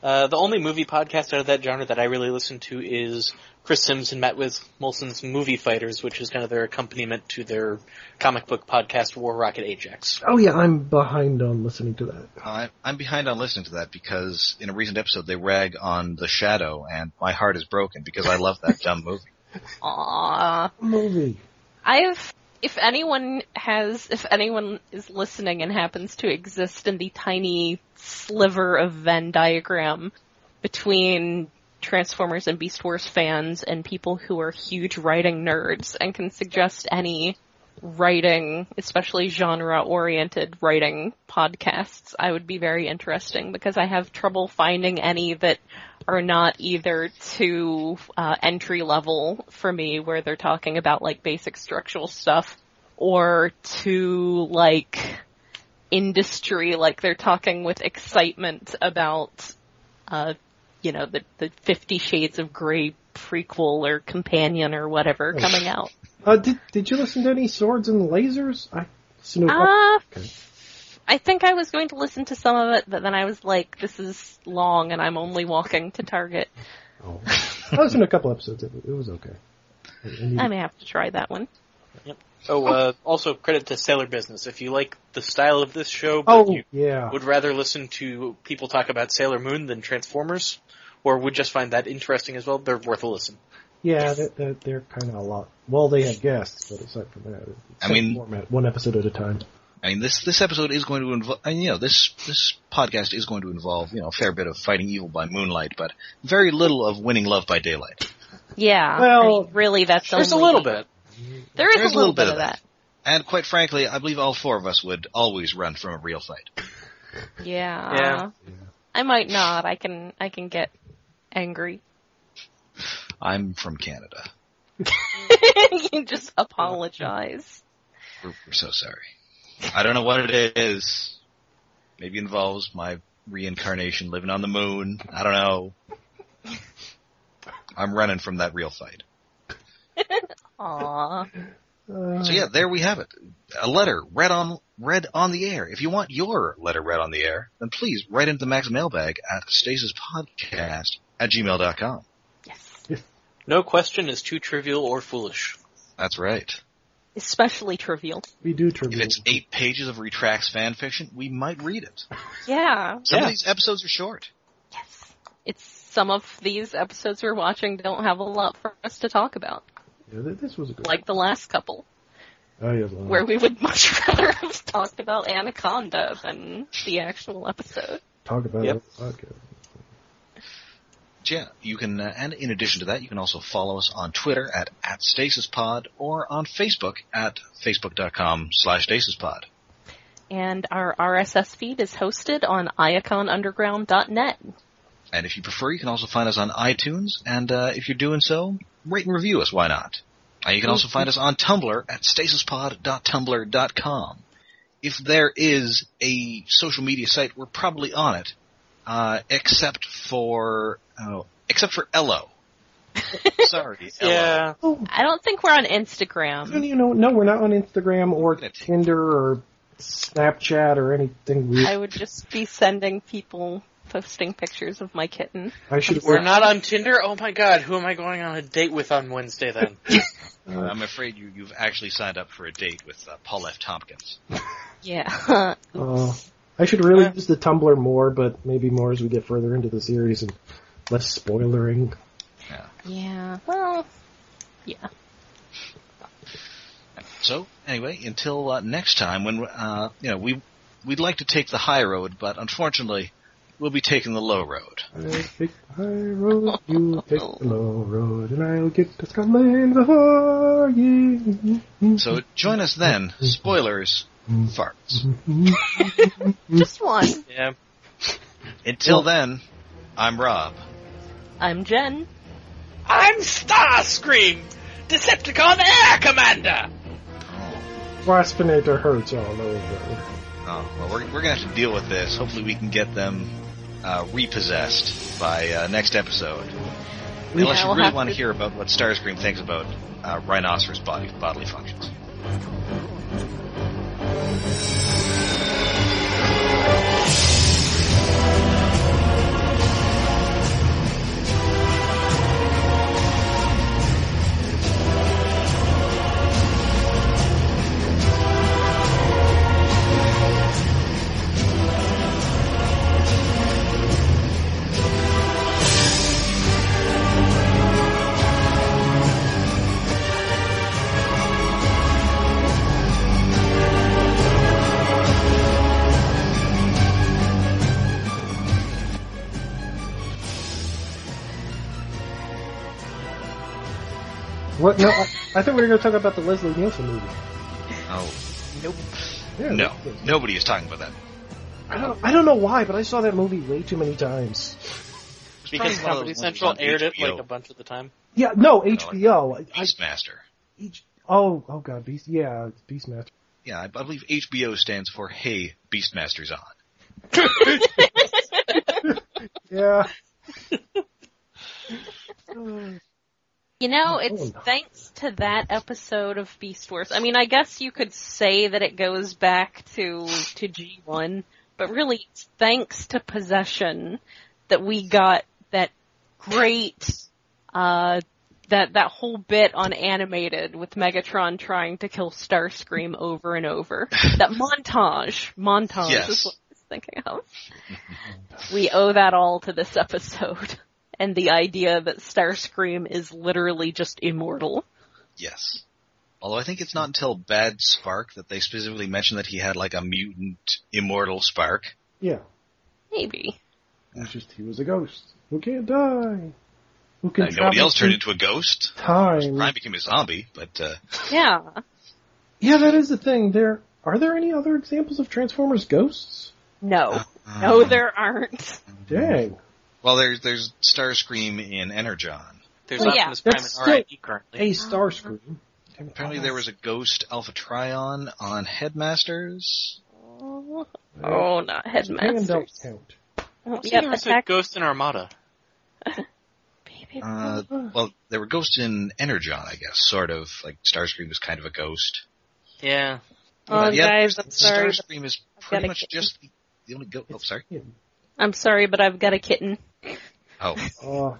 S4: Uh, the only movie podcast out of that genre that I really listen to is Chris Sims and Matt with Molson's Movie Fighters, which is kind of their accompaniment to their comic book podcast War Rocket Ajax.
S2: Oh yeah, I'm behind on listening to that.
S1: I, I'm behind on listening to that because in a recent episode they rag on The Shadow, and my heart is broken because I love that dumb movie.
S3: Aww.
S2: Movie.
S3: I've, if anyone has, if anyone is listening and happens to exist in the tiny sliver of Venn diagram between Transformers and Beast Wars fans and people who are huge writing nerds and can suggest any writing, especially genre oriented writing podcasts, I would be very interesting because I have trouble finding any that are not either too uh, entry level for me where they're talking about like basic structural stuff or too like industry like they're talking with excitement about uh you know the the 50 shades of gray prequel or companion or whatever coming out
S2: Uh, did did you listen to any swords and lasers? I Snoop.
S3: Uh,
S2: Okay.
S3: I think I was going to listen to some of it, but then I was like, this is long and I'm only walking to Target.
S2: Oh. I listened to a couple episodes. It, it was okay. I- I need-
S3: I may have to try that one.
S4: Oh, uh, also credit to Sailor Business. If you like the style of this show, but
S2: oh
S4: you
S2: yeah.
S4: would rather listen to people talk about Sailor Moon than Transformers, or would just find that interesting as well, they're worth a listen.
S2: Yeah, they're, they're, they're kind of a lot. Well, they had guests, but aside from that, it's
S1: I
S2: same
S1: mean-
S2: format, one episode at a time.
S1: I mean, this this episode is going to involve, I mean, you know, this this podcast is going to involve, you know, a fair bit of fighting evil by moonlight, but very little of winning love by daylight.
S3: Yeah.
S2: Well,
S3: I mean, really, that's
S4: There's a
S3: only-
S4: little bit.
S3: There is
S1: There's
S3: a little bit of that.
S1: And quite frankly, I believe all four of us would always run from a real fight.
S3: Yeah.
S4: Yeah.
S3: I might not. I can. I can get angry. (laughs)
S1: I'm from Canada.
S3: you can just apologize. (laughs)
S1: We're, we're so sorry. I don't know what it is. Maybe it involves my reincarnation living on the moon. I don't know. I'm running from that real fight.
S3: Aw.
S2: Uh,
S1: So yeah, there we have it. A letter read on read on the air. If you want your letter read on the air, then please write into the Max mailbag at stasispodcast at gmail.com.
S3: Yes.
S4: No question is too trivial or foolish.
S1: That's right.
S3: Especially trivial.
S2: we do
S1: If
S2: trivia.
S1: it's eight pages of retracts fan fiction, we might read it.
S3: Yeah.
S1: Some
S4: Yeah.
S1: of these episodes are short.
S3: Yes. It's some of these episodes we're watching don't have a lot for us to talk about,
S2: Yeah, th- this was a good.
S3: like the last couple.
S2: oh, yeah, well,
S3: where we would much (laughs) rather have talked about Anaconda than the actual episode.
S2: talk about
S4: Yep.
S2: it. on the podcast.
S1: Yeah, you can, uh, and in addition to that, you can also follow us on Twitter at, at stasispod or on Facebook at facebook.com slash stasispod.
S3: And our RSS feed is hosted on iaconunderground.net.
S1: And if you prefer, you can also find us on iTunes, and uh, if you're doing so, rate and review us, why not? And you can also find us on Tumblr at stasispod.tumblr.com. If there is a social media site, we're probably on it, uh, except for, oh, except for Ello. Sorry, Ello.
S4: Yeah.
S2: Oh,
S3: I don't think we're on
S2: don't
S3: Instagram.
S2: you know? No, we're not on Instagram or
S1: Look at it.
S2: Tinder or Snapchat or anything. Weird.
S3: I would just be sending people posting pictures of my kitten.
S2: I should.
S4: We're not on Tinder? Oh my god, who am I going on a date with on Wednesday then?
S3: Uh,
S1: I'm afraid you, you've actually signed up for a date with uh, Paul F. Tompkins.
S3: (laughs) Yeah.
S2: Uh, I should really
S4: Yeah.
S2: use the Tumblr more, but maybe more as we get further into the series and less spoilering.
S3: yeah. Well, yeah.
S1: So anyway, until uh, next time, when uh, you know we we'd like to take the high road, but unfortunately, we'll be taking the low road.
S2: I take the high road, you take the low road, and I'll get to Scotland before you.
S1: So join us then. Spoilers, farts.
S3: Just one.
S4: (laughs) Yeah.
S1: Until then, I'm Rob.
S3: I'm Jen.
S4: I'm Starscream! Decepticon Air Commander!
S1: Oh,
S2: Waspinator hurts all over.
S1: oh well, we're we're gonna have to deal with this. Hopefully, we can get them uh, repossessed by uh, next episode. Unless
S3: we'll
S1: you really
S3: have
S1: want to
S3: to-
S1: hear about what Starscream thinks about uh, rhinoceros body bodily functions.
S2: What? No, I, I thought we were going to talk about the Leslie Nielsen movie.
S1: Oh
S3: Nope.
S2: Yeah,
S1: no,
S2: that's good.
S1: nobody is talking about that.
S2: I don't, I don't know why, but I saw that movie way too many times.
S1: It's probably
S4: Because
S1: one of
S4: Comedy
S1: those
S4: Central
S1: ones on
S4: aired it
S1: HBO.
S4: like a bunch of the time.
S2: Yeah, no, HBO. I, I,
S1: Beastmaster.
S2: each, oh, oh god, Beast, yeah, it's Beastmaster.
S1: Yeah, I I believe HBO stands for Hey, Beastmaster's on. (laughs)
S2: Yeah.
S3: You know,
S2: Oh,
S3: it's
S2: cool.
S3: thanks to that episode of Beast Wars. I mean, I guess you could say that it goes back to, to G1, but really it's thanks to Possession that we got that great, uh, that, that whole bit on animated with Megatron trying to kill Starscream over
S1: (laughs)
S3: and over. That montage, montage
S1: Yes.
S3: is what I was thinking of. we owe that all to this episode (laughs) and the idea that Starscream is literally just immortal.
S1: Yes. Although I think it's not until Bad Spark that they specifically mention that he had like a mutant immortal spark.
S2: Yeah.
S3: Maybe.
S2: It's just, he was a ghost who can't die. Who can
S1: Uh, nobody
S2: travel
S1: else turned
S2: through
S1: into a ghost.
S2: time.
S1: Prime became a zombie, but uh,
S3: Yeah.
S2: Yeah, that is the thing. There are there any other examples of Transformers ghosts?
S3: No.
S1: Uh-uh.
S3: No, there aren't.
S2: Dang.
S1: um, well, there's there's Starscream in Energon.
S4: There's
S3: Well, yeah,
S4: Optimus Prime
S2: that's
S4: and RID currently.
S2: A Starscream.
S3: Oh,
S1: Apparently, there was a ghost Alpha Trion on Headmasters.
S3: Oh, not Headmaster.
S2: don't count.
S3: Oh,
S4: Yeah,
S3: yep,
S4: there was a
S3: attack
S4: ghost in Armada.
S3: baby. (laughs)
S1: Uh, well, there were ghosts in Energon, I guess, sort of. Like Starscream was kind of a ghost.
S4: Yeah.
S3: oh,
S1: but yeah,
S3: guys, I'm sorry. but-
S1: Starscream is
S3: I've got
S1: pretty
S3: a
S1: much
S3: kitten.
S1: just the, the only ghost. Oh, sorry.
S3: (laughs) I'm sorry, but I've got a kitten.
S1: Oh,
S2: Oh,